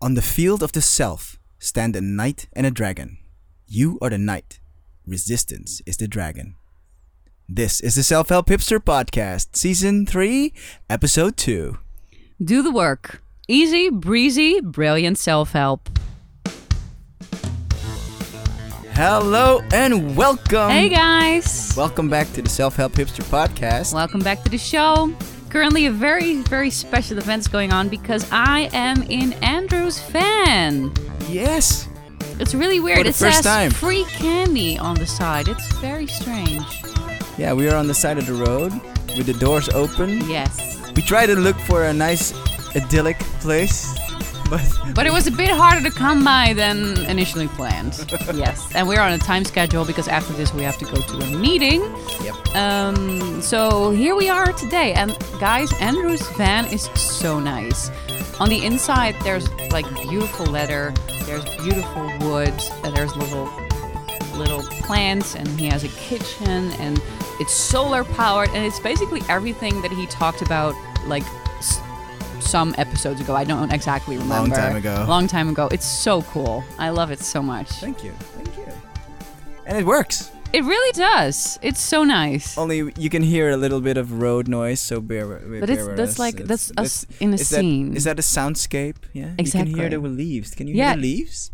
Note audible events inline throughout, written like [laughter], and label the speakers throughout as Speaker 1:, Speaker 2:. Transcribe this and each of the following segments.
Speaker 1: On the field of the self stand a knight and a dragon. You are the knight. Resistance is the dragon. This is the Self Help Hipster Podcast, Season 3, Episode 2.
Speaker 2: Do the work. Easy, breezy, brilliant self help.
Speaker 1: Hello and welcome.
Speaker 2: hey guys!
Speaker 1: Welcome back to the Self Help Hipster Podcast.
Speaker 2: Welcome back to the show. Currently, a very, very special event's going on because I am in Andrew's fan.
Speaker 1: Yes.
Speaker 2: It's really weird.
Speaker 1: the
Speaker 2: it
Speaker 1: first
Speaker 2: says
Speaker 1: time.
Speaker 2: free candy on the side. It's very strange.
Speaker 1: Yeah, we are on the side of the road with the doors open.
Speaker 2: Yes.
Speaker 1: We try to look for a nice, idyllic place, but
Speaker 2: But it was a bit harder to come by than initially planned. [laughs] yes. And we're on a time schedule because after this, we have to go to a meeting.
Speaker 1: yep.
Speaker 2: Um, so here we are today, and guys, Andrew's van is so nice. On the inside, there's like beautiful leather, there's beautiful wood, and there's little little plants, and he has a kitchen, and it's solar powered, and it's basically everything that he talked about like s- some episodes ago. I don't exactly remember.
Speaker 1: time ago.
Speaker 2: Long time ago. It's so cool. I love it so much.
Speaker 1: Thank you. Thank you. And it works.
Speaker 2: It really does. It's so nice.
Speaker 1: Only you can hear a little bit of road noise, so bear, wi- bear
Speaker 2: But it's-
Speaker 1: with
Speaker 2: that's
Speaker 1: us.
Speaker 2: like-
Speaker 1: It's-
Speaker 2: that's us in a
Speaker 1: is
Speaker 2: scene.
Speaker 1: That, is that a soundscape? Yeah. You can hear
Speaker 2: Exactly.
Speaker 1: the leaves. Can you
Speaker 2: Yeah.
Speaker 1: hear the leaves?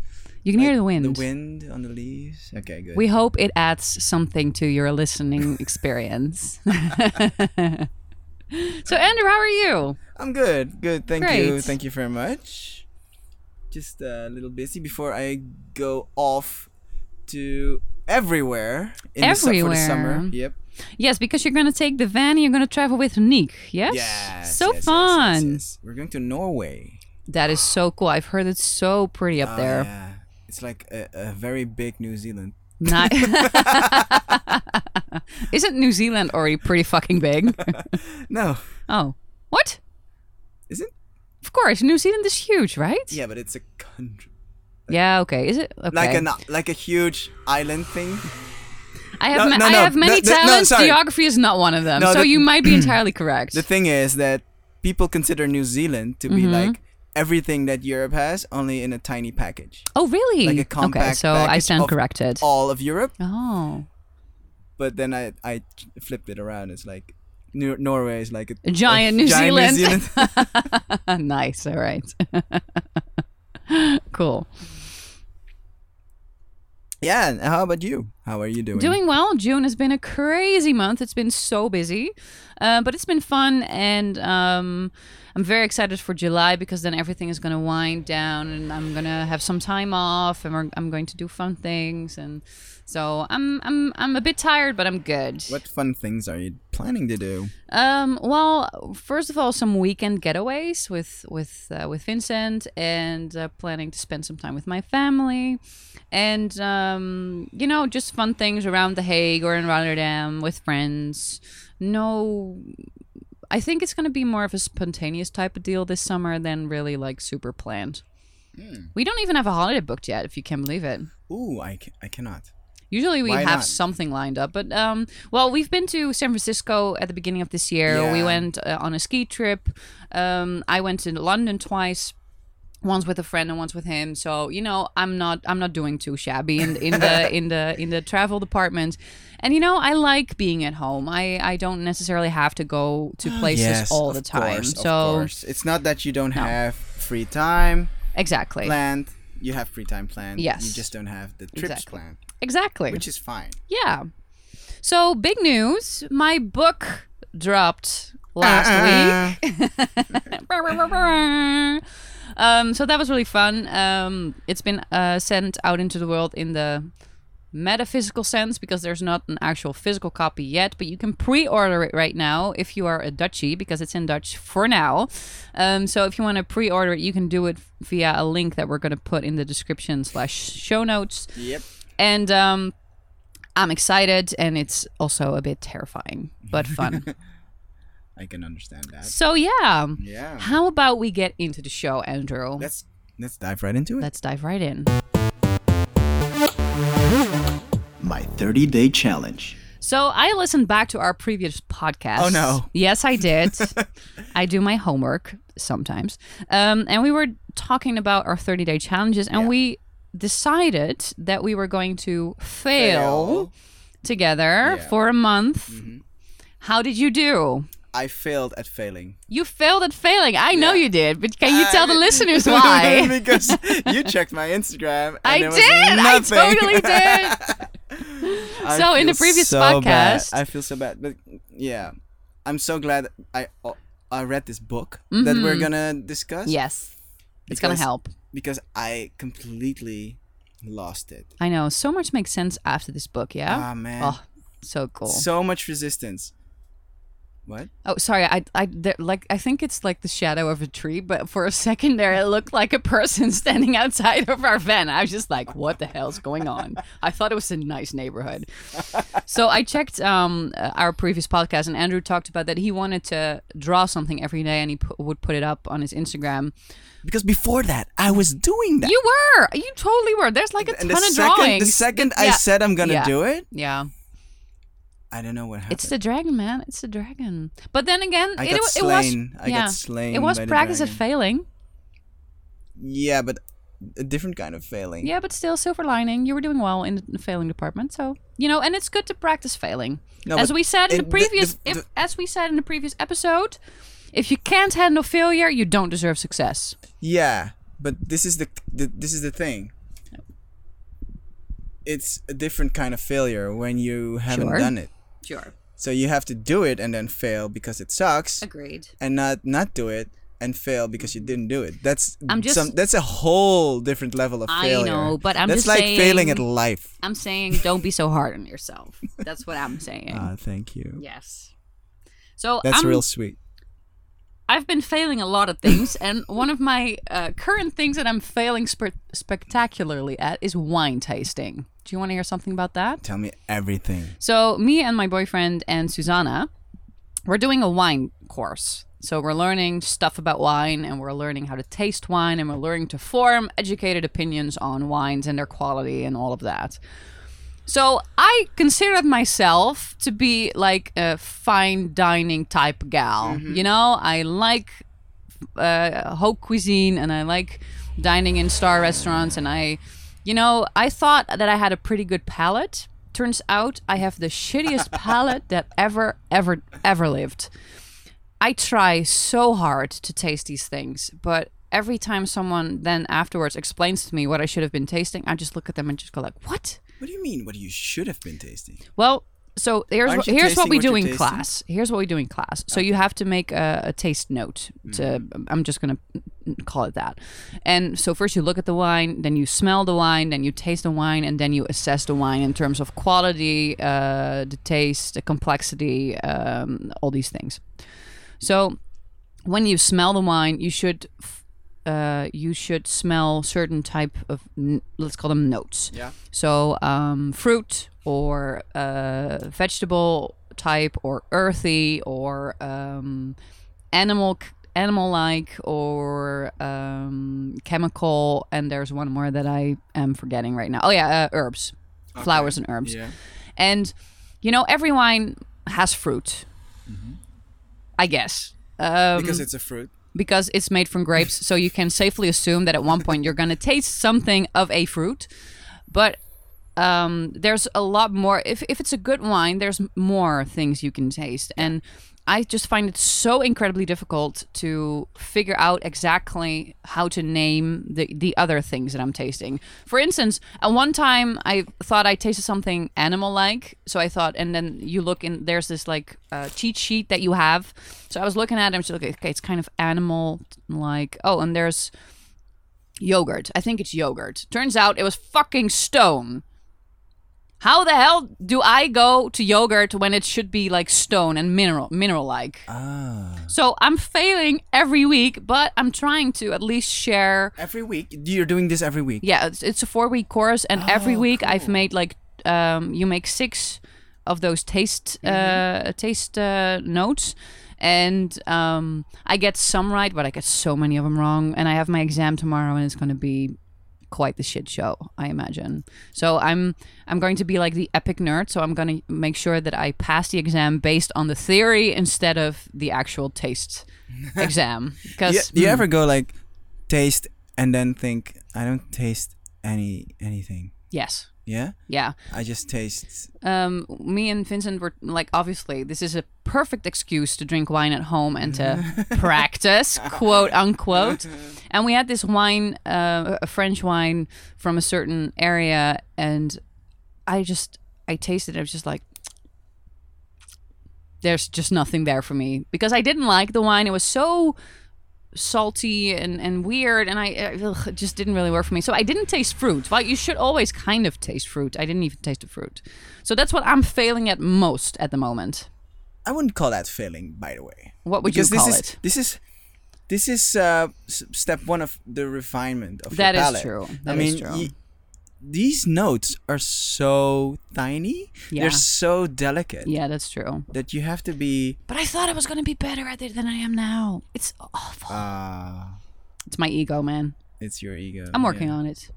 Speaker 2: you can hear
Speaker 1: Like,
Speaker 2: the wind.
Speaker 1: The wind on the leaves. Okay, good.
Speaker 2: We hope it adds something to your listening [laughs] experience. [laughs] so, Andrew, how are you?
Speaker 1: I'm good. Good. Thank you.
Speaker 2: Great.
Speaker 1: Thank you very much. Just a little busy before I go off to everywhere in The, su- for the summer.
Speaker 2: Everywhere.
Speaker 1: Yep.
Speaker 2: Yes, because you're going to take the van and you're going to travel with Nick. Yes?
Speaker 1: Yes,
Speaker 2: So
Speaker 1: yes, yes, yes,
Speaker 2: fun.
Speaker 1: yes. We're going to Norway.
Speaker 2: That is so cool. I've heard it's so pretty up
Speaker 1: Oh,
Speaker 2: there.
Speaker 1: yeah. It's like a, a very big New Zealand. [laughs]
Speaker 2: Ni- [laughs] Isn't New Zealand already pretty fucking big?
Speaker 1: No,
Speaker 2: oh. What?
Speaker 1: is it?
Speaker 2: Of course, New Zealand is huge, right?
Speaker 1: Yeah, but it's a country.
Speaker 2: Yeah, okay. Is it? Okay.
Speaker 1: Like an like a huge island thing.
Speaker 2: I have,
Speaker 1: No,
Speaker 2: ma-
Speaker 1: no,
Speaker 2: I
Speaker 1: no,
Speaker 2: have many
Speaker 1: no, no, no,
Speaker 2: talents.
Speaker 1: sorry.
Speaker 2: Geography is not one of them.
Speaker 1: No,
Speaker 2: so
Speaker 1: the-
Speaker 2: you might be
Speaker 1: [clears throat]
Speaker 2: entirely correct.
Speaker 1: The thing is that people consider New Zealand to be
Speaker 2: Mm-hmm.
Speaker 1: like everything that Europe has, only in a tiny package.
Speaker 2: Oh, really?
Speaker 1: Like a compact
Speaker 2: okay, so I
Speaker 1: package
Speaker 2: stand
Speaker 1: of
Speaker 2: corrected.
Speaker 1: All of Europe,
Speaker 2: oh,
Speaker 1: but then I I flipped it around. It's like Nor- Norway is like a,
Speaker 2: A giant New
Speaker 1: giant
Speaker 2: Zealand.
Speaker 1: New Zealand.
Speaker 2: [laughs] [laughs]
Speaker 1: [laughs]
Speaker 2: nice. All right. [laughs] cool.
Speaker 1: yeah. And how about you? How are you doing?
Speaker 2: Doing well. June has been a crazy month. It's been so busy, uh, but it's been fun, and um, I'm very excited for July because then everything is going to wind down, and I'm going to have some time off, and we're, I'm going to do fun things, and so I'm I'm I'm a bit tired, but I'm good.
Speaker 1: What fun things are you planning to do?
Speaker 2: Um, well, first of all, some weekend getaways with with uh, with Vincent, and uh, planning to spend some time with my family, and um, you know, just fun things around The Hague or in Rotterdam with friends. No, I think it's gonna be more of a spontaneous type of deal this summer than really like super planned. We don't even have a holiday booked yet, if you can believe it.
Speaker 1: Ooh, I ca- I cannot.
Speaker 2: Usually we
Speaker 1: Why
Speaker 2: have
Speaker 1: not?
Speaker 2: something lined up, but um, well, we've been to San Francisco at the beginning of this year. We
Speaker 1: Yeah.
Speaker 2: went uh, on a ski trip. Um, I went to London twice, once with a friend and once with him. So you know, I'm not I'm not doing too shabby in
Speaker 1: [laughs]
Speaker 2: in the in the in the travel department. And you know, I like being at home. I I don't necessarily have to go
Speaker 1: [gasps]
Speaker 2: to places
Speaker 1: yes,
Speaker 2: all
Speaker 1: of
Speaker 2: the time.
Speaker 1: course, of
Speaker 2: so
Speaker 1: course. it's not that you don't have free time
Speaker 2: exactly,
Speaker 1: planned. You have free time planned. You
Speaker 2: Yes.
Speaker 1: just don't have the trips
Speaker 2: Exactly.
Speaker 1: planned,
Speaker 2: exactly.
Speaker 1: which is fine.
Speaker 2: Yeah. So big news. My book dropped
Speaker 1: [laughs]
Speaker 2: last
Speaker 1: Uh-uh.
Speaker 2: [laughs] week. um, so that was really fun. Um, it's been uh, sent out into the world in the metaphysical sense because there's not an actual physical copy yet, but you can pre-order it right now if you are a Dutchie because it's in Dutch for now. Um, so if you want to pre-order it, you can do it via a link that we're going to put in the description slash show notes
Speaker 1: Yep.
Speaker 2: and um, I'm excited, and it's also a bit terrifying but fun.
Speaker 1: I can understand that.
Speaker 2: so yeah,
Speaker 1: Yeah.
Speaker 2: how about we get into the show, Andrew?
Speaker 1: Let's let's dive right into it.
Speaker 2: Let's dive right in.
Speaker 1: My 30 day challenge.
Speaker 2: So I listened back to our previous podcast.
Speaker 1: Oh, no. [laughs]
Speaker 2: Yes, I did. I do my homework sometimes, um, and we were talking about our 30 day challenges, and
Speaker 1: Yeah.
Speaker 2: we decided that we were going to fail,
Speaker 1: Fail. Yeah.
Speaker 2: together
Speaker 1: Mm-hmm.
Speaker 2: for a month. How did you do?
Speaker 1: I failed at failing.
Speaker 2: You failed at failing. I know
Speaker 1: Yeah.
Speaker 2: you did, but can you tell the
Speaker 1: [laughs] I-
Speaker 2: listeners why?
Speaker 1: because you checked my Instagram. And
Speaker 2: I
Speaker 1: there
Speaker 2: did.
Speaker 1: was
Speaker 2: I
Speaker 1: Nothing. [laughs]
Speaker 2: totally did.
Speaker 1: I
Speaker 2: So in the
Speaker 1: feel
Speaker 2: previous
Speaker 1: so bad.
Speaker 2: podcast-
Speaker 1: I feel so bad, but yeah, I'm so glad I uh, I read this book that we're
Speaker 2: Mm-hmm.
Speaker 1: gonna discuss.
Speaker 2: yes. It's going to
Speaker 1: Because-
Speaker 2: help.
Speaker 1: because I completely lost it.
Speaker 2: I know. So much makes sense after this book, yeah?
Speaker 1: Ah man,
Speaker 2: oh, so cool.
Speaker 1: so much resistance. What?
Speaker 2: oh, sorry. I, I, there, like, I think it's like the shadow of a tree, but for a second there, it looked like a person [laughs] standing outside of our van. I was just like, what the hell's going on? I thought it was a
Speaker 1: [laughs]
Speaker 2: nice neighborhood. so I checked um, uh, our previous podcast, and Andrew talked about that he wanted to draw something every day, and he pu- would put it up on his Instagram.
Speaker 1: Because before that, I was doing that.
Speaker 2: You were. You totally were. There's like a
Speaker 1: and
Speaker 2: ton
Speaker 1: the
Speaker 2: of
Speaker 1: second,
Speaker 2: drawings.
Speaker 1: the second I
Speaker 2: Yeah.
Speaker 1: said I'm gonna
Speaker 2: Yeah.
Speaker 1: do it,
Speaker 2: yeah.
Speaker 1: I don't know what happened.
Speaker 2: It's the dragon, man. It's the dragon. But then again,
Speaker 1: I
Speaker 2: it,
Speaker 1: got
Speaker 2: wa-
Speaker 1: slain.
Speaker 2: it was
Speaker 1: I got
Speaker 2: yeah,
Speaker 1: slain
Speaker 2: It was
Speaker 1: by the
Speaker 2: practice at
Speaker 1: dragon.
Speaker 2: failing.
Speaker 1: yeah, but a different kind of failing.
Speaker 2: Yeah, but still, silver lining. You were doing well in the failing department, so you know. And it's good to practice failing.
Speaker 1: No,
Speaker 2: as
Speaker 1: but
Speaker 2: we said in
Speaker 1: it-
Speaker 2: the
Speaker 1: the-
Speaker 2: previous,
Speaker 1: the-
Speaker 2: if,
Speaker 1: the-
Speaker 2: as we said in the previous episode, if you can't handle failure, you don't deserve success.
Speaker 1: Yeah, but this is the, the this is the thing. It's a different kind of failure when you haven't
Speaker 2: Sure.
Speaker 1: done it.
Speaker 2: Sure.
Speaker 1: So you have to do it and then fail because it sucks,
Speaker 2: Agreed.
Speaker 1: and not not do it and fail because you didn't do it. That's
Speaker 2: I'm just-
Speaker 1: some, that's a whole different level of
Speaker 2: I
Speaker 1: failure.
Speaker 2: know, but I'm
Speaker 1: that's
Speaker 2: just
Speaker 1: like failing
Speaker 2: saying-
Speaker 1: at life.
Speaker 2: I'm saying don't be so hard on yourself. That's what I'm saying.
Speaker 1: Ah, thank you.
Speaker 2: yes. So
Speaker 1: That's
Speaker 2: I'm
Speaker 1: real sweet.
Speaker 2: I've been failing a lot of things, and one of my uh, current things that I'm failing sp- spectacularly at is wine tasting. Do you want to hear something about that?
Speaker 1: Tell me everything.
Speaker 2: So, me and my boyfriend and Susanna, we're doing a wine course. So, we're learning stuff about wine, and we're learning how to taste wine, and we're learning to form educated opinions on wines and their quality and all of that. So, I considered myself to be like a fine dining type gal. You know, I like uh, haute cuisine and I like dining in star restaurants. And I, you know, I thought that I had a pretty good palate. Turns out I have the shittiest palate that ever, ever, ever lived. I try so hard to taste these things, but every time someone then afterwards explains to me what I should have been tasting, I just look at them and just go like, "What?"
Speaker 1: What do you mean? What you should have been tasting?
Speaker 2: Well, so here's
Speaker 1: Aren't
Speaker 2: what,
Speaker 1: you
Speaker 2: here's
Speaker 1: tasting
Speaker 2: what we
Speaker 1: what
Speaker 2: do
Speaker 1: you're
Speaker 2: in
Speaker 1: tasting?
Speaker 2: class. Here's what we do in class. So you have to make a, a taste note. To
Speaker 1: Mm-hmm.
Speaker 2: I'm just gonna call it that. And so first you look at the wine, then you smell the wine, then you taste the wine, and then you assess the wine in terms of quality, uh, the taste, the complexity, um, all these things. So when you smell the wine, you should. f- Uh, you should smell certain type of n- let's call them notes.
Speaker 1: Yeah.
Speaker 2: So, um, fruit or uh, vegetable type, or earthy, or um, animal animal like, or um, chemical. And there's one more that I am forgetting right now. Oh yeah, uh, herbs, flowers and herbs.
Speaker 1: Yeah.
Speaker 2: And you know, every wine has fruit, I guess. Um,
Speaker 1: Because it's a fruit.
Speaker 2: because it's made from grapes, so you can safely assume that at one point you're going to taste something of a fruit. But um, there's a lot more. If, if it's a good wine, there's more things you can taste. And I just find it so incredibly difficult to figure out exactly how to name the, the other things that I'm tasting. For instance, at one time I thought I tasted something animal like. So I thought, and then you look in, there's this like uh, cheat sheet that you have. So I was looking at it and she's like, okay, it's kind of animal like. Oh, and there's yogurt. I think it's yogurt. Turns out it was fucking stone. How the hell do I go to yogurt when it should be like stone and mineral mineral like?
Speaker 1: Ah.
Speaker 2: So I'm failing every week, but I'm trying to at least share.
Speaker 1: Every week you're doing this every week.
Speaker 2: Yeah, it's, it's a four week course, and every
Speaker 1: Oh,
Speaker 2: week I've made like um, you make six of those taste uh, taste uh, notes, and um, I get some right, but I get so many of them wrong. And I have my exam tomorrow, and it's going to be quite the shit show, I imagine. So I'm I'm going to be like the epic nerd. So I'm going to make sure that I pass the exam based on the theory instead of the actual taste exam.
Speaker 1: Do you,
Speaker 2: Because
Speaker 1: do you ever go like taste and then think I don't taste any anything.
Speaker 2: Yes.
Speaker 1: Yeah,
Speaker 2: Yeah.
Speaker 1: I just taste.
Speaker 2: um, me and Vincent were like, obviously, this is a perfect excuse to drink wine at home and to practice, quote unquote. And we had this wine, uh, a French wine from a certain area, and I just, I tasted it. I was just like, there's just nothing there for me because I didn't like the wine. It was so salty and, and weird and I I- ugh, it just didn't really work for me. So I didn't taste fruit. Well, you should always kind of taste fruit. I didn't even taste the fruit. So that's what I'm failing at most at the moment.
Speaker 1: I wouldn't call that failing, by the way.
Speaker 2: What would
Speaker 1: because
Speaker 2: you call
Speaker 1: this is,
Speaker 2: it?
Speaker 1: This is this is uh, s- step one of the refinement of
Speaker 2: That
Speaker 1: your
Speaker 2: is
Speaker 1: palate.
Speaker 2: true.
Speaker 1: I
Speaker 2: That
Speaker 1: mean,
Speaker 2: is true.
Speaker 1: y- these notes are so tiny.
Speaker 2: Yeah.
Speaker 1: They're so delicate
Speaker 2: Yeah, that's true.
Speaker 1: that you have to be.
Speaker 2: But I thought I was going to be better at it than I am now. It's awful.
Speaker 1: Uh,
Speaker 2: it's my ego, man.
Speaker 1: it's your ego.
Speaker 2: I'm working on it.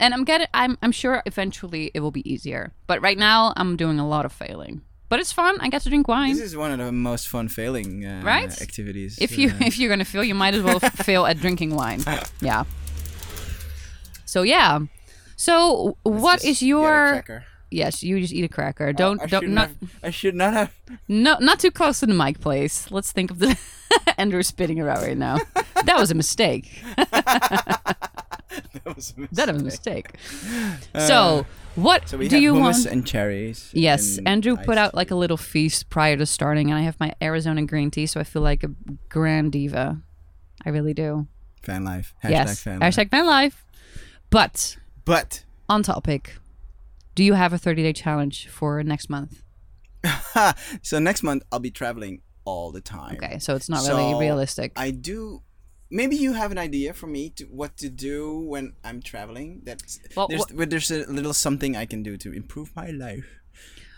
Speaker 2: And I'm getting I'm I'm sure eventually it will be easier. But right now I'm doing a lot of failing. But it's fun. I get to drink wine.
Speaker 1: This is one of the most fun failing uh,
Speaker 2: Right?
Speaker 1: activities.
Speaker 2: if you
Speaker 1: uh,
Speaker 2: [laughs] if you're gonna fail, you might as
Speaker 1: [laughs]
Speaker 2: well fail at drinking wine. Yeah. So yeah. So what
Speaker 1: just
Speaker 2: is
Speaker 1: get a
Speaker 2: your
Speaker 1: cracker. Oh,
Speaker 2: yes? You just eat a cracker. Don't
Speaker 1: I
Speaker 2: don't
Speaker 1: should
Speaker 2: not
Speaker 1: have- I should not have. [laughs]
Speaker 2: no not too close to the mic, please. Let's think of the [laughs] Andrew spitting around right
Speaker 1: [laughs]
Speaker 2: now. that was a mistake.
Speaker 1: That was a mistake. Uh,
Speaker 2: That was a mistake. so what
Speaker 1: So we
Speaker 2: do
Speaker 1: have
Speaker 2: you
Speaker 1: hummus
Speaker 2: want?
Speaker 1: and cherries.
Speaker 2: Yes,
Speaker 1: and
Speaker 2: Andrew put
Speaker 1: ice
Speaker 2: out like a little feast prior to starting, and I have my Arizona green tea, so I feel like a grand diva. I really do.
Speaker 1: fan life. Hashtag
Speaker 2: yes.
Speaker 1: fan life.
Speaker 2: Hashtag fan life. But
Speaker 1: But
Speaker 2: on topic, do you have a 30 day challenge for next month?
Speaker 1: so next month I'll be traveling all the time.
Speaker 2: Okay, so it's not really
Speaker 1: So,
Speaker 2: realistic.
Speaker 1: I do. Maybe you have an idea for me to what to do when I'm traveling. That's
Speaker 2: Well,
Speaker 1: there's, where there's a little something I can do to improve my life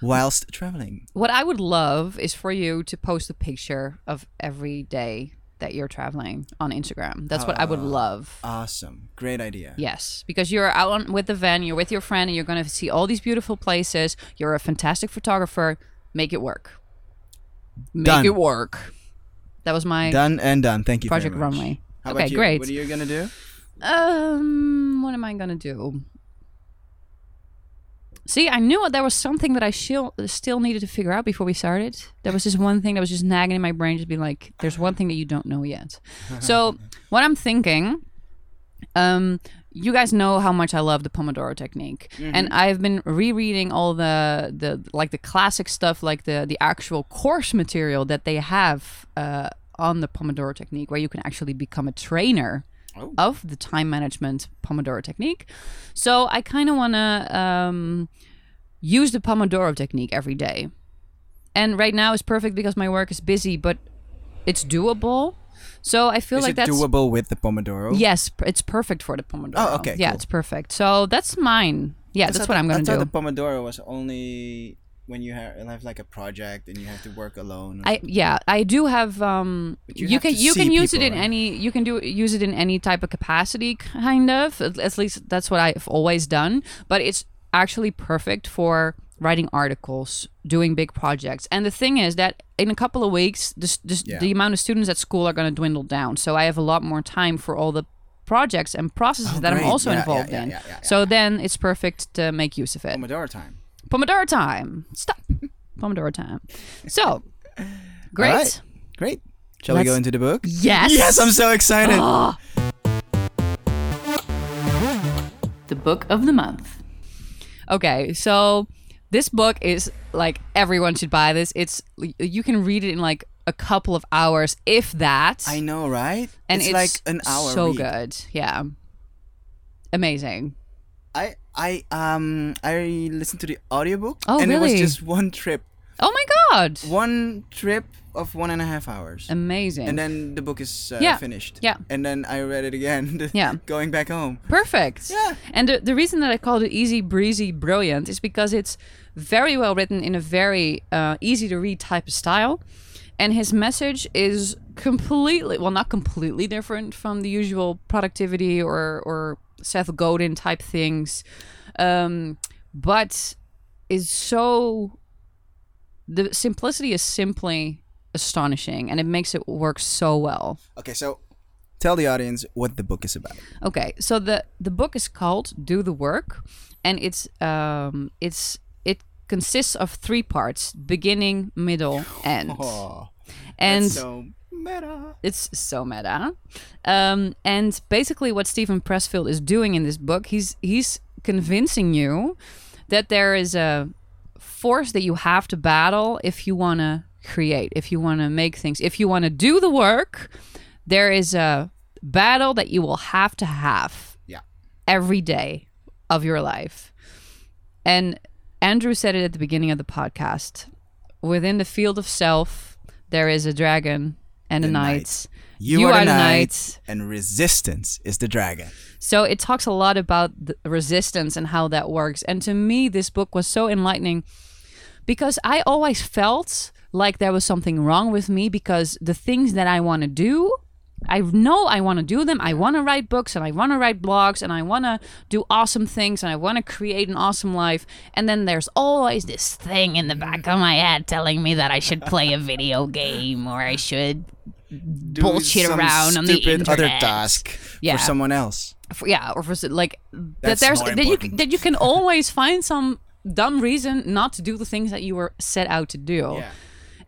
Speaker 1: whilst traveling.
Speaker 2: what I would love is for you to post a picture of every day that you're traveling on Instagram. That's what I would
Speaker 1: Ah.
Speaker 2: love.
Speaker 1: Awesome, great idea.
Speaker 2: Yes, because you're out on, with the van, you're with your friend, and you're going to see all these beautiful places. You're a fantastic photographer. Make it work. Make
Speaker 1: Done.
Speaker 2: it work. That was my
Speaker 1: Done and done. Thank you. very
Speaker 2: Project
Speaker 1: much.
Speaker 2: Runway.
Speaker 1: How
Speaker 2: Okay,
Speaker 1: about you?
Speaker 2: great.
Speaker 1: What are you gonna do?
Speaker 2: Um, what am I gonna do? See, I knew there was something that I still still needed to figure out before we started. There was just one thing that was just nagging in my brain, just being like, "There's one thing that you don't know yet." So, what I'm thinking, um, you guys know how much I love the Pomodoro technique,
Speaker 1: Mm-hmm.
Speaker 2: and I've been rereading all the the like the classic stuff, like the the actual course material that they have uh, on the Pomodoro technique, where you can actually become a trainer
Speaker 1: Oh.
Speaker 2: of the time management Pomodoro technique. So I kind of want to um, use the Pomodoro technique every day. And right now is perfect because my work is busy, but it's doable. So I feel
Speaker 1: Is
Speaker 2: like
Speaker 1: it
Speaker 2: that's
Speaker 1: doable with the pomodoro?
Speaker 2: yes, p- it's perfect for the Pomodoro.
Speaker 1: Oh, okay,
Speaker 2: Yeah,
Speaker 1: cool.
Speaker 2: it's perfect. So that's mine. Yeah,
Speaker 1: I
Speaker 2: that's
Speaker 1: thought
Speaker 2: what
Speaker 1: the-
Speaker 2: I'm
Speaker 1: I
Speaker 2: gonna
Speaker 1: thought
Speaker 2: do.
Speaker 1: the pomodoro was only when you have, have like a project and you have to work alone. or
Speaker 2: I yeah, I do have um
Speaker 1: Mm. you
Speaker 2: you,
Speaker 1: have
Speaker 2: can
Speaker 1: to
Speaker 2: you
Speaker 1: see
Speaker 2: can use it
Speaker 1: people,
Speaker 2: in
Speaker 1: right?
Speaker 2: any you can do use it in any type of capacity kind of at, at least that's what I've always done, but it's actually perfect for writing articles, doing big projects. And the thing is that in a couple of weeks the s- the s-
Speaker 1: Yeah.
Speaker 2: the amount of students at school are going to dwindle down. So I have a lot more time for all the projects and processes that I'm
Speaker 1: Oh, great.
Speaker 2: also
Speaker 1: Yeah, yeah,
Speaker 2: involved
Speaker 1: yeah,
Speaker 2: in.
Speaker 1: yeah, yeah, yeah.
Speaker 2: So then it's perfect to make use of it.
Speaker 1: Pomodoro time.
Speaker 2: Pomodoro time. Stop. Pomodoro time. So, great.
Speaker 1: All right. Great. Shall we
Speaker 2: Let's- Ah.
Speaker 1: go into the book?
Speaker 2: Yes.
Speaker 1: Yes, I'm so excited.
Speaker 2: the book of the month. Okay, so this book is like everyone should buy this. It's you can read it in like a couple of hours, if that.
Speaker 1: I know, right?
Speaker 2: and
Speaker 1: it's, like an hour.
Speaker 2: So
Speaker 1: read.
Speaker 2: good. Yeah. Amazing.
Speaker 1: I I um I listened to the audiobook
Speaker 2: Oh,
Speaker 1: and it was
Speaker 2: really?
Speaker 1: just one trip.
Speaker 2: Oh my god.
Speaker 1: One trip of one and a half hours.
Speaker 2: Amazing.
Speaker 1: and then the book is uh,
Speaker 2: Yeah,
Speaker 1: finished.
Speaker 2: yeah.
Speaker 1: And then I read it again. [laughs]
Speaker 2: Yeah.
Speaker 1: Going back home.
Speaker 2: Perfect.
Speaker 1: Yeah.
Speaker 2: And the, the reason that I called it easy, breezy, brilliant is because it's very well written in a very uh, easy to read type of style. And his message is completely, well, not completely different from the usual productivity or, or Seth Godin type things, um, but is so. The simplicity is simply astonishing and it makes it work so well.
Speaker 1: Okay, so Tell the audience what the book is about.
Speaker 2: Okay, so the the book is called "Do the Work," and it's um it's it consists of three parts: beginning, middle, end. and
Speaker 1: Oh, so meta.
Speaker 2: it's so meta. Um, and basically, what Stephen Pressfield is doing in this book, he's he's convincing you that there is a force that you have to battle if you want to create, if you want to make things, if you want to do the work. There is a battle that you will have to have
Speaker 1: Yeah.
Speaker 2: every day of your life. And Andrew said it at the beginning of the podcast. Within the field of self, there is a dragon and a
Speaker 1: The
Speaker 2: knight.
Speaker 1: knight. You, are, the knight, and resistance is the dragon.
Speaker 2: So it talks a lot about the resistance and how that works. And to me, this book was so enlightening because I always felt like there was something wrong with me because the things that I want to do, I know I want to do them. I want to write books and I want to write blogs and I want to do awesome things and I want to create an awesome life. And then there's always this thing in the back of my head telling me that I should play a [laughs] video game or I should bullshit
Speaker 1: some
Speaker 2: around on the
Speaker 1: stupid
Speaker 2: internet.
Speaker 1: other task
Speaker 2: Yeah.
Speaker 1: for someone else.
Speaker 2: for, yeah, or for s- like that.
Speaker 1: That's
Speaker 2: There's
Speaker 1: more
Speaker 2: that you
Speaker 1: important.
Speaker 2: that you can always find some dumb reason not to do the things that you were set out to do.
Speaker 1: Oh.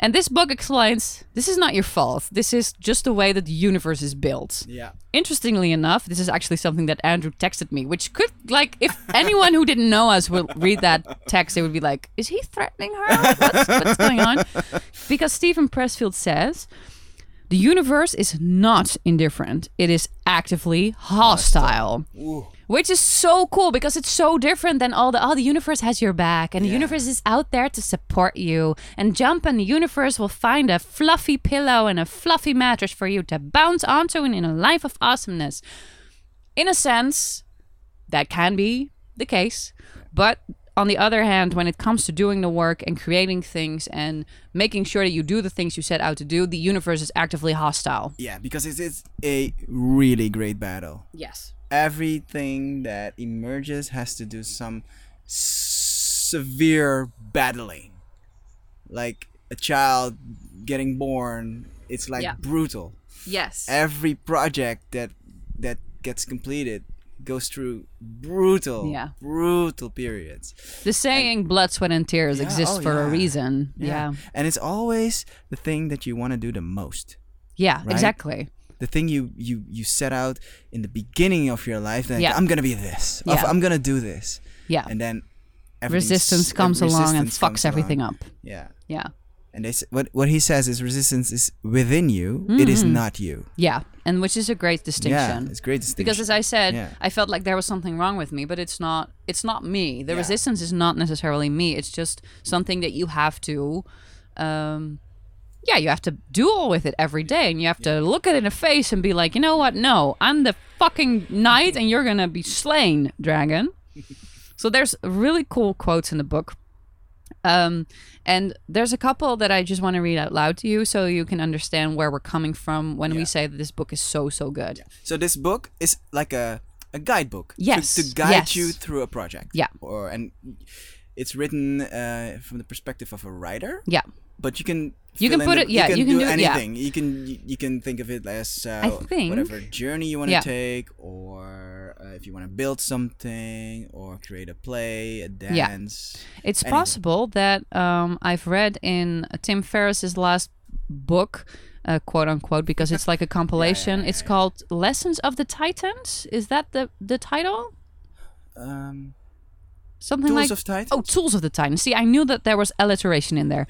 Speaker 2: And this book explains this is not your fault. This is just the way that the universe is built.
Speaker 1: Yeah.
Speaker 2: Interestingly enough, this is actually something that Andrew texted me, which could like if anyone who didn't know us will read that text, they would be like, "Is he threatening her? What's, what's going on?" Because Stephen Pressfield says. The universe is not indifferent. It is actively hostile which is so cool because it's so different than all the oh the universe has your back and the universe is out there to support you and jump and the universe will find a fluffy pillow and a fluffy mattress for you to bounce onto and in a life of awesomeness in a sense that can be the case but on the other hand when it comes to doing the work and creating things and making sure that you do the things you set out to do the universe is actively hostile
Speaker 1: Yeah, because it's, it's a really great battle.
Speaker 2: yes
Speaker 1: Everything that emerges has to do some severe battling. Like a child getting born, it's like
Speaker 2: Yeah.
Speaker 1: brutal.
Speaker 2: yes
Speaker 1: Every project that that gets completed goes through brutal
Speaker 2: Yeah.
Speaker 1: brutal periods.
Speaker 2: The saying "blood, sweat, and tears"
Speaker 1: Yeah,
Speaker 2: exists
Speaker 1: oh,
Speaker 2: for a
Speaker 1: yeah.
Speaker 2: reason. Yeah, yeah,
Speaker 1: And it's always the thing that you want to do the most. Right?
Speaker 2: exactly.
Speaker 1: The thing you, you, you set out in the beginning of your life, then
Speaker 2: Yeah.
Speaker 1: I'm going to be this. Of-
Speaker 2: Yeah.
Speaker 1: I'm going to do this.
Speaker 2: Yeah,
Speaker 1: And then everything's-
Speaker 2: resistance comes along and
Speaker 1: resistance
Speaker 2: fucks
Speaker 1: comes
Speaker 2: everything
Speaker 1: along.
Speaker 2: up.
Speaker 1: Yeah.
Speaker 2: Yeah,
Speaker 1: And they, s- what, what he says is resistance is within you, it is not you.
Speaker 2: yeah, and which is a great Mm-hmm. distinction.
Speaker 1: Yeah, it's great distinction.
Speaker 2: because as I said,
Speaker 1: Yeah.
Speaker 2: I felt like there was something wrong with me, but it's not. It's not me. The
Speaker 1: Yeah.
Speaker 2: resistance is not necessarily me. It's just something that you have to. Um, yeah, you have to duel with it every day, and you have to look it in the face and be like, you know what? No, I'm the fucking knight, and you're gonna be slain,
Speaker 1: [laughs]
Speaker 2: dragon. So there's really cool quotes in the book. Um, and there's a couple that I just want to read out loud to you so you can understand where we're coming from when we say that this book is so, so good.
Speaker 1: so this book is like a, a guidebook to-
Speaker 2: Yes,
Speaker 1: to, guide
Speaker 2: yes.
Speaker 1: you through a project.
Speaker 2: Yeah.
Speaker 1: Or And it's written uh, from the perspective of a writer.
Speaker 2: Yeah.
Speaker 1: but you can
Speaker 2: You
Speaker 1: fill
Speaker 2: can
Speaker 1: in
Speaker 2: put
Speaker 1: the-
Speaker 2: it- yeah, you can
Speaker 1: do,
Speaker 2: do it- yeah.
Speaker 1: anything you can you, you can think of it as uh,
Speaker 2: think-
Speaker 1: whatever journey you want to
Speaker 2: Yeah.
Speaker 1: take or uh, if you want to build something or create a play a dance
Speaker 2: It's
Speaker 1: Anything.
Speaker 2: possible that um, I've read in Tim Ferriss's last book, uh, quote unquote, because it's
Speaker 1: [laughs]
Speaker 2: like a compilation. It's called Lessons of the Titans. Is that the the title?
Speaker 1: um,
Speaker 2: Something
Speaker 1: tools
Speaker 2: like
Speaker 1: of titan
Speaker 2: oh, Tools of the Titans. See, I knew that there was alliteration in there.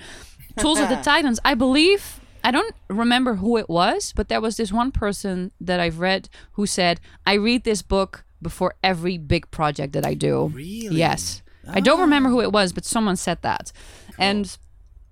Speaker 1: [laughs]
Speaker 2: Tools of the Titans. I believe I don't remember who it was, but there was this one person that I've read who said, "I read this book before every big project that I do."
Speaker 1: Really?
Speaker 2: Yes. I don't
Speaker 1: Ah.
Speaker 2: remember who it was, but someone said that. And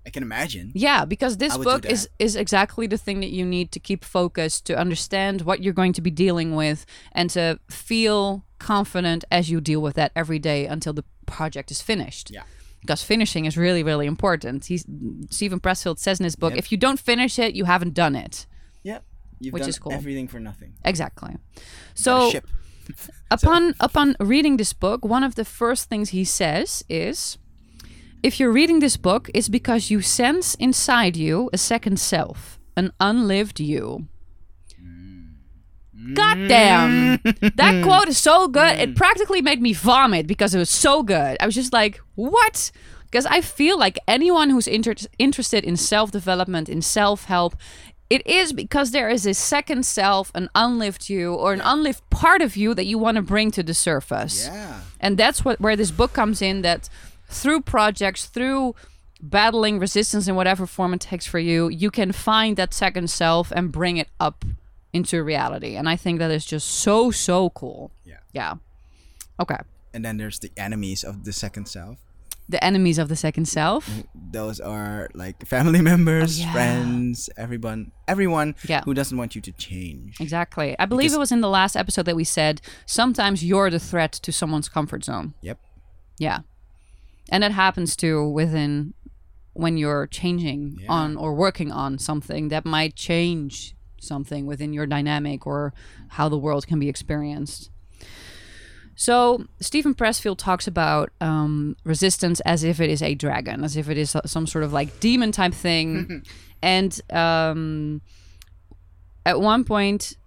Speaker 1: i can imagine
Speaker 2: yeah, because this
Speaker 1: I would do
Speaker 2: book is is exactly the thing that you need to keep focused to understand what you're going to be dealing with and to feel confident as you deal with that every day until the project is finished.
Speaker 1: Yeah.
Speaker 2: Because finishing is really, really important. He's, Stephen Pressfield says in his book, if you don't finish it, you haven't done it.
Speaker 1: yeah you've
Speaker 2: Which
Speaker 1: done
Speaker 2: is cool. Oh.
Speaker 1: everything for nothing
Speaker 2: Exactly.
Speaker 1: Got a
Speaker 2: So
Speaker 1: ship
Speaker 2: upon upon reading this book, one of the first things he says is if you're reading this book, it's because you sense inside you a second self, an unlived you. goddamn, that quote is so good. It practically made me vomit because it was so good. I was just like, what? Because I feel like anyone who's inter- interested in self development, in self help, it is because there is a second self, an unlived you, or an unlived part of you that you want to bring to the surface.
Speaker 1: Yeah.
Speaker 2: And that's what where this book comes in that through projects, through battling resistance in whatever form it takes for you, you can find that second self and bring it up into reality. And I think that is just so so cool.
Speaker 1: Yeah.
Speaker 2: Yeah. Okay.
Speaker 1: And then there's the enemies of the second self.
Speaker 2: The enemies of the second self.
Speaker 1: Those are like family [laughs] members,
Speaker 2: Oh, yeah.
Speaker 1: friends, everyone, everyone
Speaker 2: Yeah.
Speaker 1: who doesn't want you to change.
Speaker 2: Exactly. I believe
Speaker 1: Because-
Speaker 2: it was in the last episode that we said sometimes you're the threat to someone's comfort zone.
Speaker 1: Yep.
Speaker 2: Yeah. And that happens too within when you're changing
Speaker 1: Yeah.
Speaker 2: on or working on something that might change something within your dynamic or how the world can be experienced. So, Stephen Pressfield talks about um, resistance as if it is a dragon, as if it is some sort of like demon type thing. and um, at one point,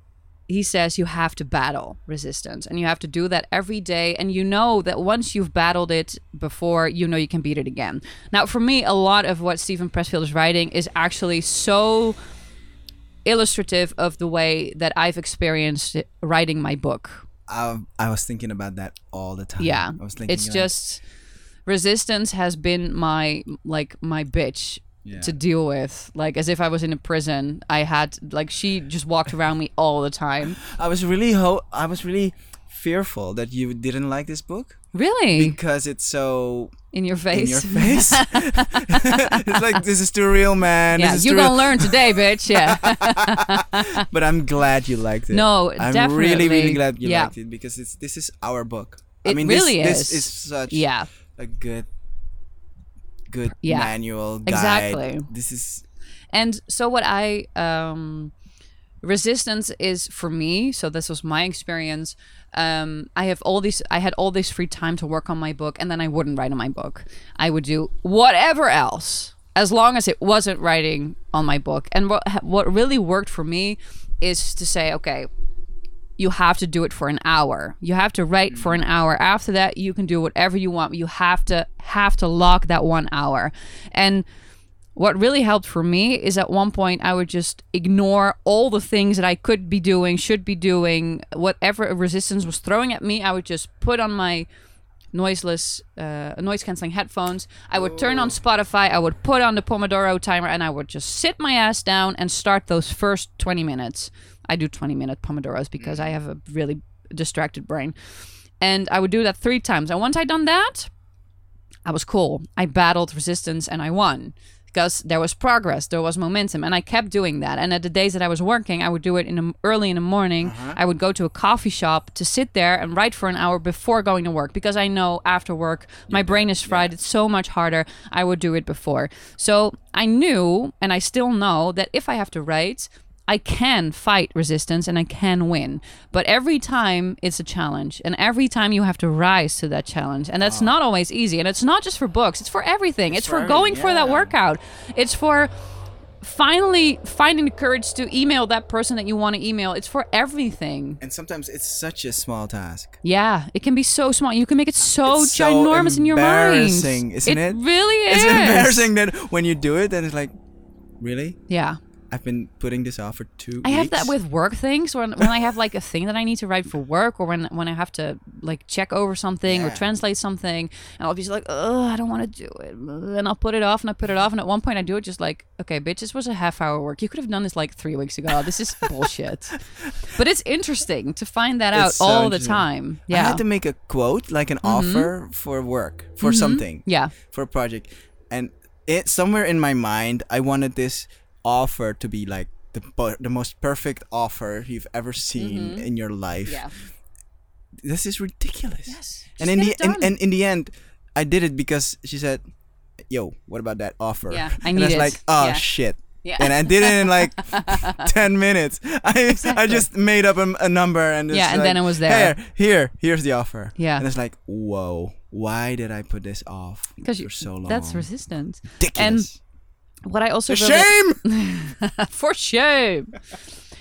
Speaker 2: he says you have to battle resistance and you have to do that every day and you know that once you've battled it before you know you can beat it again now for me a lot of what stephen pressfield is writing is actually so illustrative of the way that i've experienced it- writing my book
Speaker 1: I, I was thinking about that all the time.
Speaker 2: yeah
Speaker 1: I was thinking
Speaker 2: it's
Speaker 1: like,
Speaker 2: just resistance has been my like my bitch
Speaker 1: Yeah.
Speaker 2: to deal with like as if i was in a prison i had like she just walked around me all the
Speaker 1: [laughs]
Speaker 2: time
Speaker 1: I was really ho- I was really fearful that you didn't like this book
Speaker 2: really
Speaker 1: because it's so
Speaker 2: in your face
Speaker 1: in
Speaker 2: [laughs]
Speaker 1: your face. [laughs] it's like this is too real, man.
Speaker 2: Yeah,
Speaker 1: this is
Speaker 2: you're
Speaker 1: too real.
Speaker 2: gonna learn today, bitch.
Speaker 1: [laughs]
Speaker 2: Yeah.
Speaker 1: But I'm glad you liked it.
Speaker 2: No,
Speaker 1: I'm really,
Speaker 2: definitely.
Speaker 1: really glad you
Speaker 2: Yeah.
Speaker 1: liked it because it's this is our book. I
Speaker 2: It
Speaker 1: mean, this-
Speaker 2: really
Speaker 1: this,
Speaker 2: is.
Speaker 1: is such
Speaker 2: yeah.
Speaker 1: a good, good
Speaker 2: Yeah.
Speaker 1: manual guide.
Speaker 2: Exactly.
Speaker 1: This is
Speaker 2: And so what I um resistance is for me, so this was my experience. Um I have all these I had all this free time to work on my book and then I wouldn't write on my book. I would do whatever else as long as it wasn't writing on my book. And what what really worked for me is to say, okay, you have to do it for an hour. You have to write for an hour. After that, you can do whatever you want. You have to have to lock that one hour. And what really helped for me is at one point I would just ignore all the things that I could be doing, should be doing, whatever resistance was throwing at me. I would just put on my noiseless, uh, noise canceling headphones. I would turn on Spotify. I would put on the Pomodoro timer and I would just sit my ass down and start those first 20 minutes. I do 20 minute Pomodoros because I have a really distracted brain. And I would do that three times. And once I'd done that, I was cool. I battled resistance and I won because there was progress, there was momentum, and I kept doing that. And at the days that I was working, I would do it in the, early in the morning. I would go to a coffee shop to sit there and write for an hour before going to work because I know after work my brain is fried. It's so much harder. I would do it before. So I knew, and I still know that if I have to write. I can fight resistance and I can win. But every time it's a challenge. And every time you have to rise to that challenge. And that's not always easy. And it's not just for books, it's for everything. It's,
Speaker 1: for
Speaker 2: for,
Speaker 1: every-
Speaker 2: going for that
Speaker 1: yeah.
Speaker 2: workout. It's for finally finding the courage to email that person that you want to email. It's for everything.
Speaker 1: and sometimes it's such a small task.
Speaker 2: Yeah, it can be so small. You can make it so
Speaker 1: It's so
Speaker 2: ginormous in your mind.
Speaker 1: embarrassing, isn't it?
Speaker 2: really is.
Speaker 1: It's embarrassing that when you do it, then it's like, really?
Speaker 2: Yeah.
Speaker 1: I've been putting this off for two.
Speaker 2: I have that
Speaker 1: weeks?
Speaker 2: with work things when, when I have like a thing that I need to write for work or when, when I have to like check over something or
Speaker 1: Yeah.
Speaker 2: translate something and I'll be just like, oh, I don't want to do it. And I'll put it off and I put it off. And at one point I do it just like, okay, bitch, this was a half hour work. You could have done this like three weeks ago.
Speaker 1: [laughs]
Speaker 2: This is bullshit. But it's interesting to find that out
Speaker 1: It's so
Speaker 2: all the
Speaker 1: interesting.
Speaker 2: time.
Speaker 1: I
Speaker 2: Yeah. Mm-hmm.
Speaker 1: had to make a quote, like an offer for work, for something,
Speaker 2: yeah.
Speaker 1: for a project, and it somewhere in my mind, I wanted this offer to be like the po- the most perfect offer you've ever seen in your life.
Speaker 2: Mm-hmm. Yeah.
Speaker 1: This is ridiculous.
Speaker 2: Yes.
Speaker 1: and
Speaker 2: Just
Speaker 1: in
Speaker 2: get
Speaker 1: the
Speaker 2: it
Speaker 1: and,
Speaker 2: done.
Speaker 1: and in the end, I did it because she said, "Yo, what about that offer?"
Speaker 2: Yeah, I
Speaker 1: and
Speaker 2: need
Speaker 1: it's
Speaker 2: it.
Speaker 1: like, "Oh
Speaker 2: Yeah.
Speaker 1: shit."
Speaker 2: Yeah.
Speaker 1: And I did it in
Speaker 2: [laughs]
Speaker 1: like ten minutes. I I
Speaker 2: Exactly.
Speaker 1: just made up a, a number and it's
Speaker 2: Yeah, and then
Speaker 1: like,
Speaker 2: it was there.
Speaker 1: Here, here, here's the offer.
Speaker 2: Yeah.
Speaker 1: and it's like, whoa, why did I put this off?
Speaker 2: because
Speaker 1: for so long.
Speaker 2: That's resistance.
Speaker 1: ridiculous.
Speaker 2: And what I also
Speaker 1: And
Speaker 2: really-
Speaker 1: shame.
Speaker 2: for shame.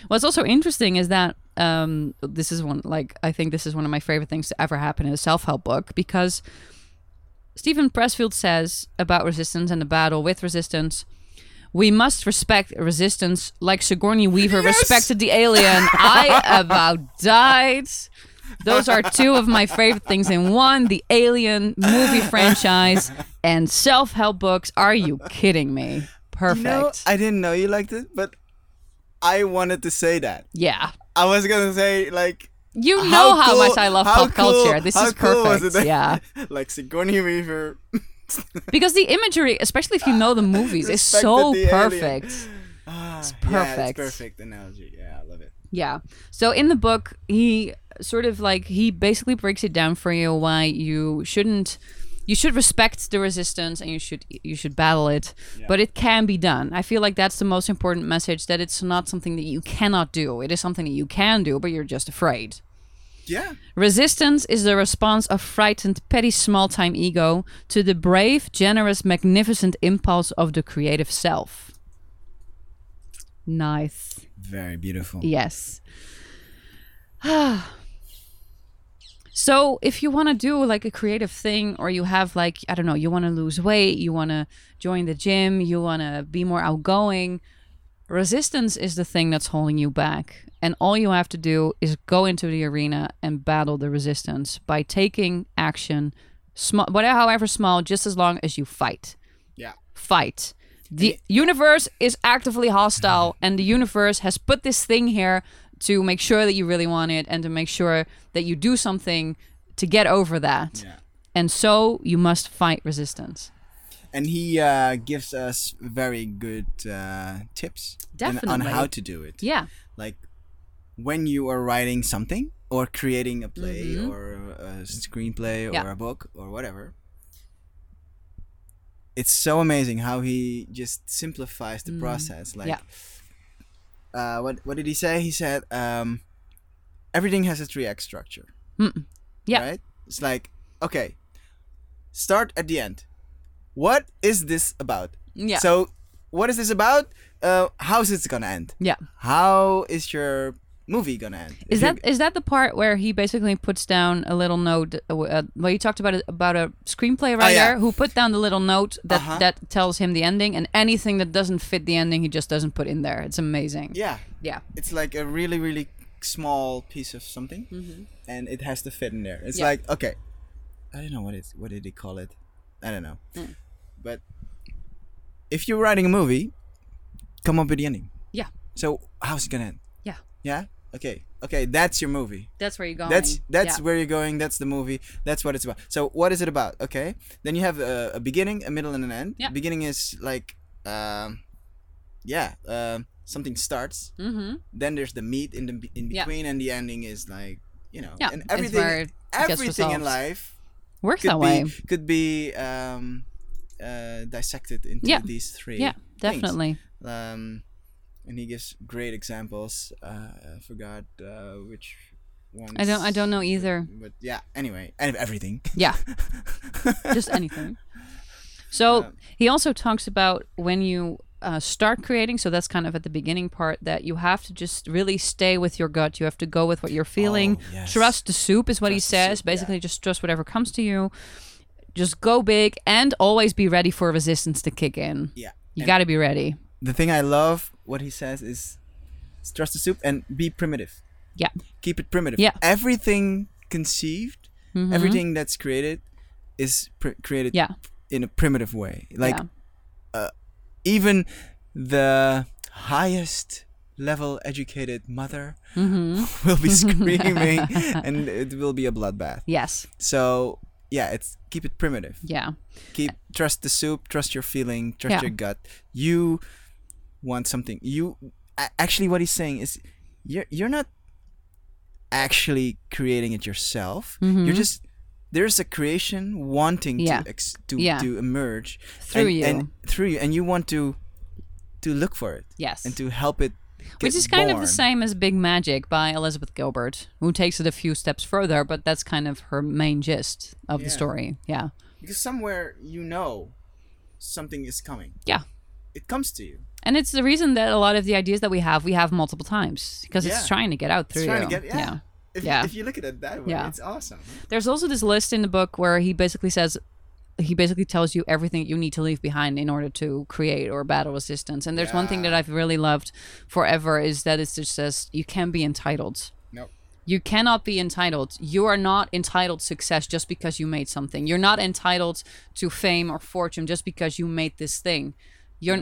Speaker 2: What's also interesting is that um, this is one like I think this is one of my favorite things to ever happen in a self-help book because Stephen Pressfield says about resistance and the battle with resistance. We must respect resistance like Sigourney Weaver
Speaker 1: Yes!
Speaker 2: respected the alien. I about died. Those are two of my favorite things in one the alien movie franchise and self help books. Are you kidding me? Perfect.
Speaker 1: No, I didn't know you liked it, but I wanted to say that.
Speaker 2: yeah.
Speaker 1: I was gonna say like
Speaker 2: You know how
Speaker 1: cool-
Speaker 2: much I love
Speaker 1: how
Speaker 2: pop culture.
Speaker 1: cool-
Speaker 2: This
Speaker 1: how
Speaker 2: is
Speaker 1: cool was
Speaker 2: perfect.
Speaker 1: it that- [laughs]
Speaker 2: yeah.
Speaker 1: like Sigourney Weaver.
Speaker 2: Because the imagery, especially if you know the movies, is
Speaker 1: Respected
Speaker 2: so
Speaker 1: the alien.
Speaker 2: perfect.
Speaker 1: Ah, [sighs] yeah, It's
Speaker 2: perfect.
Speaker 1: perfect analogy. Yeah, I love it.
Speaker 2: Yeah. So in the book, he sort of like he basically breaks it down for you why you shouldn't you should respect the resistance and you should you should battle it, but it can be done. I feel like that's the most important message that it's not something that you cannot do. It is something that you can do, but you're just afraid.
Speaker 1: Yeah.
Speaker 2: Resistance is the response of frightened, petty, small time ego to the brave, generous, magnificent impulse of the creative self. Nice.
Speaker 1: Very beautiful.
Speaker 2: Yes. [sighs] so if you want to do like a creative thing or you have like I don't know, you want to lose weight, you want to join the gym, you want to be more outgoing, resistance is the thing that's holding you back. And all you have to do is go into the arena and battle the resistance by taking action, small whatever however small, just as long as you fight
Speaker 1: Yeah.
Speaker 2: fight. The universe is actively hostile,
Speaker 1: Mm-hmm.
Speaker 2: and the universe has put this thing here to make sure that you really want it and to make sure that you do something to get over that.
Speaker 1: Yeah.
Speaker 2: And so you must fight resistance.
Speaker 1: And he uh, gives us very good uh, tips and- on
Speaker 2: Definitely.
Speaker 1: how to do it.
Speaker 2: Yeah.
Speaker 1: Like when you are writing something or creating a play or a screenplay or
Speaker 2: Mm-hmm. Yeah.
Speaker 1: a book or whatever. It's so amazing how he just simplifies the process. Like,
Speaker 2: Mm-hmm. yeah.
Speaker 1: uh, what what did he say? He said um, everything has a three act structure.
Speaker 2: Mm-mm. Yeah.
Speaker 1: Right. It's like okay, start at the end. What is this about?
Speaker 2: Yeah.
Speaker 1: So, what is this about? Uh, how's it gonna end?
Speaker 2: Yeah.
Speaker 1: How is your movie gonna end?
Speaker 2: Is
Speaker 1: If you-
Speaker 2: that is that the part where he basically puts down a little note? Uh, uh, well, you talked about a, about a screenplay
Speaker 1: Oh,
Speaker 2: writer
Speaker 1: yeah.
Speaker 2: who put down the little note that
Speaker 1: Uh-huh.
Speaker 2: that tells him the ending, and anything that doesn't fit the ending, he just doesn't put in there. It's amazing.
Speaker 1: yeah,
Speaker 2: Yeah.
Speaker 1: it's like a really really small piece of something, and it has to fit in there. It's
Speaker 2: Yeah.
Speaker 1: like okay, I don't know what it's what did he call it? I don't know, but if you're writing a movie, come up with the ending.
Speaker 2: Yeah.
Speaker 1: So how's it gonna end?
Speaker 2: Yeah.
Speaker 1: Yeah. Okay. Okay. That's your movie.
Speaker 2: That's where you go.
Speaker 1: That's that's
Speaker 2: yeah.
Speaker 1: where you're going. That's the movie. That's what it's about. So what is it about? Okay, then you have a, a beginning, a middle, and an end.
Speaker 2: Yeah.
Speaker 1: Beginning is like, um, yeah, um, something starts.
Speaker 2: Mm-hmm.
Speaker 1: Then there's the meat in the be- in
Speaker 2: Yeah.
Speaker 1: between, and the ending is like, you know,
Speaker 2: Yeah,
Speaker 1: and
Speaker 2: it's
Speaker 1: everything,
Speaker 2: where it gets
Speaker 1: everything in
Speaker 2: resolved.
Speaker 1: life
Speaker 2: Works
Speaker 1: could
Speaker 2: that
Speaker 1: be
Speaker 2: way.
Speaker 1: could be um, uh, dissected into
Speaker 2: Yeah.
Speaker 1: these three.
Speaker 2: Yeah,
Speaker 1: things.
Speaker 2: definitely.
Speaker 1: Um, and he gives great examples. Uh, I forgot uh, which. Ones.
Speaker 2: I don't. I don't know either.
Speaker 1: But yeah, anyway, and everything. [laughs]
Speaker 2: Yeah, just anything. So he also talks about when you uh, start creating. So that's kind of at the beginning part that you have to just really stay with your gut. You have to go with what you're feeling.
Speaker 1: Oh, yes.
Speaker 2: Trust the soup is what he
Speaker 1: Trust the
Speaker 2: says.
Speaker 1: soup, yeah.
Speaker 2: Basically, just trust whatever comes to you. Just go big and always be ready for resistance to kick in.
Speaker 1: Yeah.
Speaker 2: You
Speaker 1: And
Speaker 2: got to be ready.
Speaker 1: the thing I love what he says is trust the soup and be primitive.
Speaker 2: Yeah.
Speaker 1: Keep it primitive.
Speaker 2: Yeah. Mm-hmm.
Speaker 1: Everything conceived, everything that's created is pr- created
Speaker 2: Yeah.
Speaker 1: in a primitive way. Like
Speaker 2: yeah.
Speaker 1: even the highest level educated mother [laughs] will be screaming and it will be a bloodbath.
Speaker 2: Yes.
Speaker 1: So, yeah, it's keep it primitive.
Speaker 2: Yeah.
Speaker 1: keep trust the soup trust your feeling trust
Speaker 2: Yeah.
Speaker 1: your gut you want something you a- actually what he's saying is you're you're not actually creating it yourself you're just there's a creation wanting
Speaker 2: Mm-hmm. Yeah.
Speaker 1: to ex- to,
Speaker 2: Yeah.
Speaker 1: to emerge
Speaker 2: Through
Speaker 1: and,
Speaker 2: you.
Speaker 1: and through you and you want to to look for it
Speaker 2: Yes.
Speaker 1: and to help it
Speaker 2: Which
Speaker 1: get
Speaker 2: is kind of
Speaker 1: born.
Speaker 2: the same as Big Magic by Elizabeth Gilbert, who takes it a few steps further, but that's kind of her main gist of
Speaker 1: Yeah.
Speaker 2: the story. Yeah.
Speaker 1: because somewhere you know something is coming
Speaker 2: Yeah.
Speaker 1: it comes to you
Speaker 2: And it's the reason that a lot of the ideas that we have, we have multiple times because
Speaker 1: Yeah.
Speaker 2: it's trying to get out through
Speaker 1: It's trying
Speaker 2: you.
Speaker 1: to get yeah.
Speaker 2: yeah.
Speaker 1: If,
Speaker 2: Yeah.
Speaker 1: if you look at it that way,
Speaker 2: Yeah.
Speaker 1: it's awesome.
Speaker 2: There's also this list in the book where he basically says he basically tells you everything you need to leave behind in order to create or battle resistance. And there's one thing
Speaker 1: Yeah.
Speaker 2: that I've really loved forever is that it's just says you can be entitled.
Speaker 1: No.
Speaker 2: You cannot be entitled. You are not entitled to success just because you made something. You're not entitled to fame or fortune just because you made this thing. You're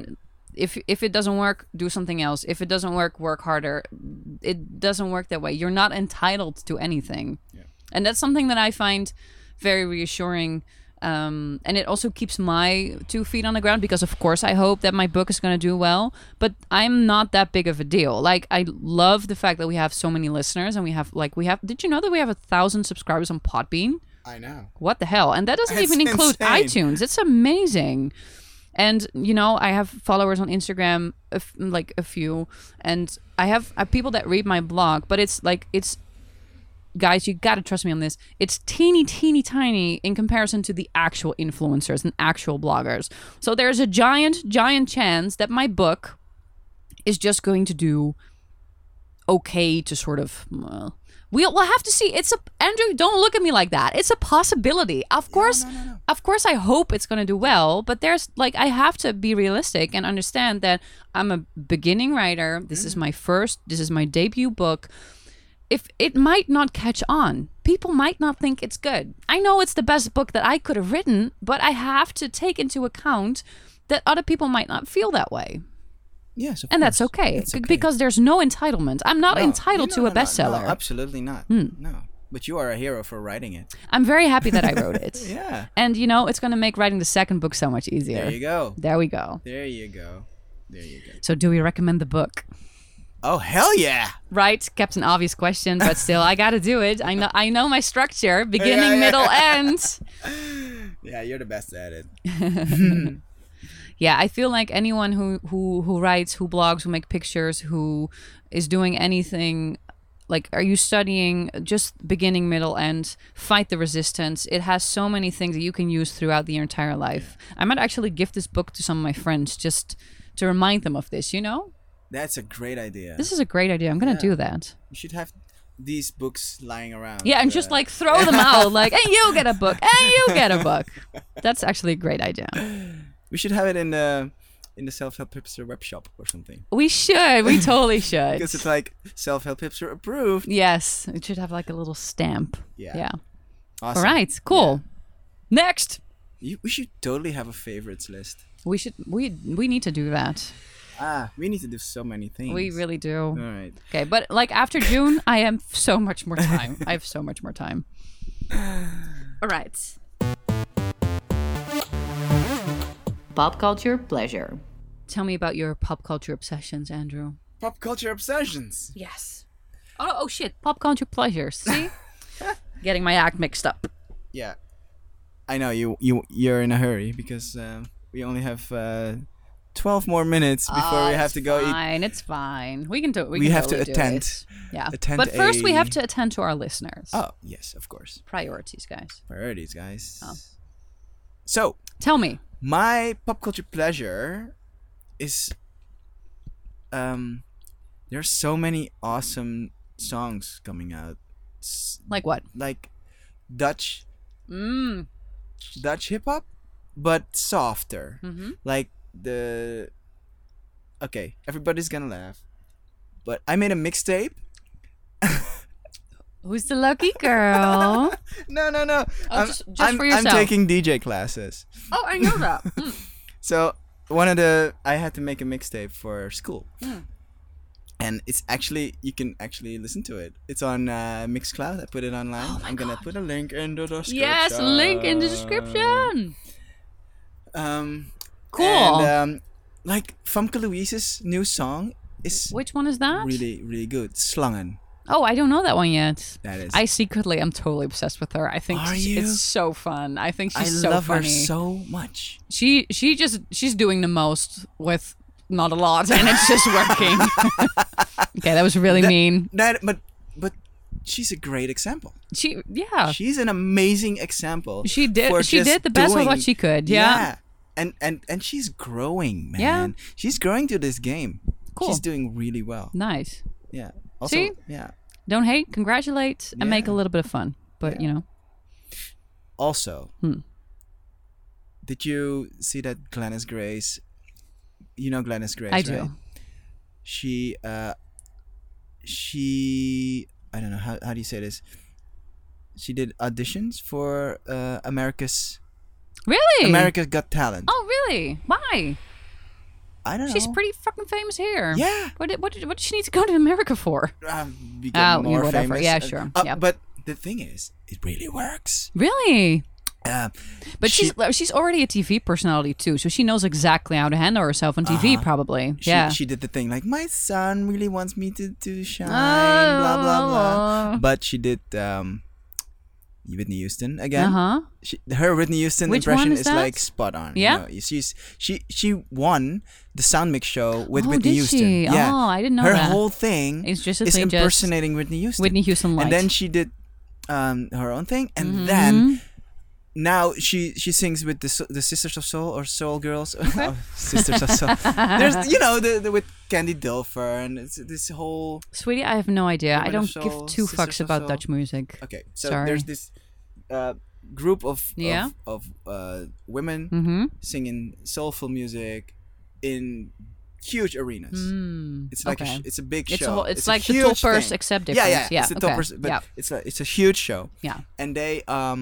Speaker 2: if if it doesn't work, do something else. If it doesn't work, work harder. It doesn't work that way. You're not entitled to anything.
Speaker 1: Yeah.
Speaker 2: And that's something that I find very reassuring. Um, and it also keeps my two feet on the ground because, of course, I hope that my book is going to do well. But I'm not that big of a deal. Like, I love the fact that we have so many listeners and we have, like, we have, did you know that we have a thousand subscribers on Podbean?
Speaker 1: I know.
Speaker 2: What the hell? And that doesn't
Speaker 1: That's
Speaker 2: even include
Speaker 1: insane.
Speaker 2: iTunes. It's amazing. And you know, I have followers on Instagram, a f- like a few, and I have uh, people that read my blog. But it's like it's, guys, you gotta trust me on this. It's teeny, teeny, tiny in comparison to the actual influencers and actual bloggers. So there's a giant, giant chance that my book is just going to do okay to sort of well, we'll, we'll have to see it's a andrew don't look at me like that it's a possibility of course of course i hope it's going to do well but there's like i have to be realistic and understand that i'm a beginning writer this is my first this is my debut book if it might not catch on people might not think it's good i know it's the best book that i could have written but i have to take into account that other people might not feel that way
Speaker 1: Yes, of
Speaker 2: and that's
Speaker 1: course.
Speaker 2: okay,
Speaker 1: That's
Speaker 2: b- because there's no entitlement. I'm not
Speaker 1: No,
Speaker 2: entitled
Speaker 1: no,
Speaker 2: to
Speaker 1: no,
Speaker 2: a
Speaker 1: no,
Speaker 2: bestseller. Hmm.
Speaker 1: No, absolutely not. No. But you are a hero for writing it.
Speaker 2: I'm very happy that I
Speaker 1: [laughs]
Speaker 2: wrote it.
Speaker 1: Yeah.
Speaker 2: And you know, it's going to make writing the second book so much easier.
Speaker 1: There you go.
Speaker 2: There we go.
Speaker 1: There you go. There you go.
Speaker 2: So, do we recommend the book?
Speaker 1: Oh hell yeah!
Speaker 2: Right, kept an obvious question, but still, I gotta do it. I know, I know my structure:
Speaker 1: [laughs]
Speaker 2: beginning,
Speaker 1: Yeah, yeah.
Speaker 2: middle, end.
Speaker 1: Yeah, you're the best at it.
Speaker 2: yeah i feel like anyone who who who writes who blogs who make pictures who is doing anything like are you studying just beginning middle end fight the resistance it has so many things that you can use throughout the entire life i might actually give this book to some of my friends just to remind them of this you know
Speaker 1: That's a great idea.
Speaker 2: this is a great idea i'm gonna do that
Speaker 1: You should have these books lying around.
Speaker 2: yeah and
Speaker 1: uh,
Speaker 2: just like throw them out like and you get a book and you get a book that's actually a great idea
Speaker 1: we should have it in the in the self help hipster web shop or something.
Speaker 2: we should we totally should
Speaker 1: Because it's like self help hipster approved.
Speaker 2: Yes, it should have like a little stamp.
Speaker 1: Yeah.
Speaker 2: Yeah.
Speaker 1: Awesome.
Speaker 2: All right. Cool. Next,
Speaker 1: You, we should totally have a favorites list.
Speaker 2: we should we we need to do that.
Speaker 1: Ah, we need to do so many things.
Speaker 2: We really do.
Speaker 1: All right.
Speaker 2: Okay, but like after June, I am so much more time. I have so much more time. All right.
Speaker 3: Pop culture pleasure.
Speaker 2: Tell me about your pop culture obsessions, Andrew.
Speaker 1: Pop culture obsessions.
Speaker 2: Yes. Oh, oh shit! Pop culture pleasures. See, getting my act mixed up.
Speaker 1: Yeah. I know you you you're in a hurry because um, we only have uh, 12 more minutes before we have to go eat
Speaker 2: Fine, Ah, it's fine. We can do. We,
Speaker 1: We
Speaker 2: can
Speaker 1: have to
Speaker 2: totally do
Speaker 1: attend-
Speaker 2: it. Yeah.
Speaker 1: attend
Speaker 2: but first, we
Speaker 1: a-
Speaker 2: have to attend to our listeners.
Speaker 1: Oh, yes, of course.
Speaker 2: Priorities, guys.
Speaker 1: Priorities, guys.
Speaker 2: Oh.
Speaker 1: So,
Speaker 2: Tell me.
Speaker 1: my pop culture pleasure is um there's so many awesome songs coming out. S-
Speaker 2: Like what?
Speaker 1: like Dutch
Speaker 2: Mm.
Speaker 1: Dutch hip hop but softer.
Speaker 2: Mhm.
Speaker 1: Like the Okay, everybody's going to laugh. But I made a mixtape.
Speaker 2: Who's the
Speaker 1: [laughs]
Speaker 2: lucky girl?
Speaker 1: No, no, no. I'm,
Speaker 2: Oh, just- just
Speaker 1: I'm-
Speaker 2: for
Speaker 1: I'm
Speaker 2: yourself.
Speaker 1: taking DJ classes.
Speaker 2: oh, I know that.
Speaker 1: Mm. So one of the I had to make a mixtape for school,
Speaker 2: Hmm.
Speaker 1: and it's actually you can actually listen to it. It's on uh, Mixcloud. I put it online. I'm gonna put a link in the description.
Speaker 2: [laughs] Oh yes, link in the description.
Speaker 1: Um,
Speaker 2: Cool.
Speaker 1: And, um, like Famke Louise's new song is
Speaker 2: Which one is that?
Speaker 1: really really good. Slangen.
Speaker 2: Oh, I don't know that one yet.
Speaker 1: That is.
Speaker 2: I secretly am totally obsessed with her. I think
Speaker 1: Are
Speaker 2: it's-
Speaker 1: you?
Speaker 2: it's so fun. I think
Speaker 1: I
Speaker 2: she's so
Speaker 1: love
Speaker 2: funny.
Speaker 1: her so much.
Speaker 2: she she just she's doing the most with not a lot and it's
Speaker 1: [laughs]
Speaker 2: just working. okay, that was really mean.
Speaker 1: That but but she's a great example.
Speaker 2: She yeah.
Speaker 1: She's an amazing example.
Speaker 2: She did-
Speaker 1: for
Speaker 2: Uh, she
Speaker 1: just
Speaker 2: did the best of what
Speaker 1: doing-
Speaker 2: she could, yeah.
Speaker 1: and and and she's growing, man.
Speaker 2: Yeah.
Speaker 1: She's growing to this game.
Speaker 2: Cool.
Speaker 1: She's doing really well.
Speaker 2: Nice.
Speaker 1: Yeah. Also,
Speaker 2: See?
Speaker 1: yeah.
Speaker 2: Don't hate, congratulate, and make a
Speaker 1: Yeah.
Speaker 2: little bit of fun. But you know,
Speaker 1: Also,
Speaker 2: Hmm.
Speaker 1: did you see that Glennis Grace? You know Glennis Grace,
Speaker 2: I do.
Speaker 1: right? She, uh, she, I don't know how how do you say this. She did auditions for uh, America's
Speaker 2: Really?
Speaker 1: America's Got Talent.
Speaker 2: Oh, really? Why?
Speaker 1: I don't know.
Speaker 2: Oh, She's pretty fucking famous here.
Speaker 1: Yeah.
Speaker 2: What did, what did, what did she need to go to America for?
Speaker 1: um, become
Speaker 2: Oh, you-
Speaker 1: more
Speaker 2: whatever.
Speaker 1: famous.
Speaker 2: Yeah,
Speaker 1: and-
Speaker 2: sure.
Speaker 1: Uh,
Speaker 2: Yeah.
Speaker 1: But the thing is, it really works.
Speaker 2: Really?
Speaker 1: Uh,
Speaker 2: But
Speaker 1: She-
Speaker 2: she's like, she's already a TV personality too, so she knows exactly how to handle herself on TV, probably.
Speaker 1: Uh-huh. she,
Speaker 2: yeah.
Speaker 1: she did the thing like my son really wants me to, to shine,
Speaker 2: Oh,
Speaker 1: blah blah
Speaker 2: oh.
Speaker 1: blah. But she did um, Whitney Houston again.
Speaker 2: uh huh.
Speaker 1: She, her Whitney Houston
Speaker 2: Which one
Speaker 1: impression
Speaker 2: is
Speaker 1: is,
Speaker 2: that?
Speaker 1: like spot on. you
Speaker 2: Yeah?
Speaker 1: know. she's she she won the sound mix show with
Speaker 2: Oh,
Speaker 1: Whitney
Speaker 2: did
Speaker 1: Houston.
Speaker 2: she?
Speaker 1: Yeah,
Speaker 2: Oh, I didn't know
Speaker 1: her
Speaker 2: that.
Speaker 1: whole thing
Speaker 2: It's just a
Speaker 1: is
Speaker 2: thing, just
Speaker 1: impersonating Whitney Houston.
Speaker 2: Whitney Houston light. Mm-hmm.
Speaker 1: and then she did um, her own thing, and then now she she sings with the so- the Sisters of Soul or Soul Girls, Oh, [laughs] Sisters of
Speaker 2: [laughs]
Speaker 1: Soul. There's you know the, the with Candy Dilfer and it's this whole
Speaker 2: Sweetie, I have no idea. I
Speaker 1: Women
Speaker 2: don't
Speaker 1: of
Speaker 2: give
Speaker 1: Soul,
Speaker 2: two
Speaker 1: Sisters
Speaker 2: fucks
Speaker 1: of
Speaker 2: about
Speaker 1: Soul.
Speaker 2: Dutch music.
Speaker 1: okay. So
Speaker 2: Sorry.
Speaker 1: there's this uh, group of
Speaker 2: Yeah.
Speaker 1: of, of uh, women
Speaker 2: Mm-hmm.
Speaker 1: singing soulful music in huge arenas. It's like a
Speaker 2: Mm, okay.
Speaker 1: sh- it's a big
Speaker 2: It's a
Speaker 1: show.
Speaker 2: whole- it's like the
Speaker 1: huge
Speaker 2: Toppers
Speaker 1: thing.
Speaker 2: except
Speaker 1: Yeah, yeah,
Speaker 2: different. Yeah,
Speaker 1: It's the
Speaker 2: okay.
Speaker 1: Toppers, but
Speaker 2: Yeah.
Speaker 1: it's a it's a huge show.
Speaker 2: Yeah.
Speaker 1: and they um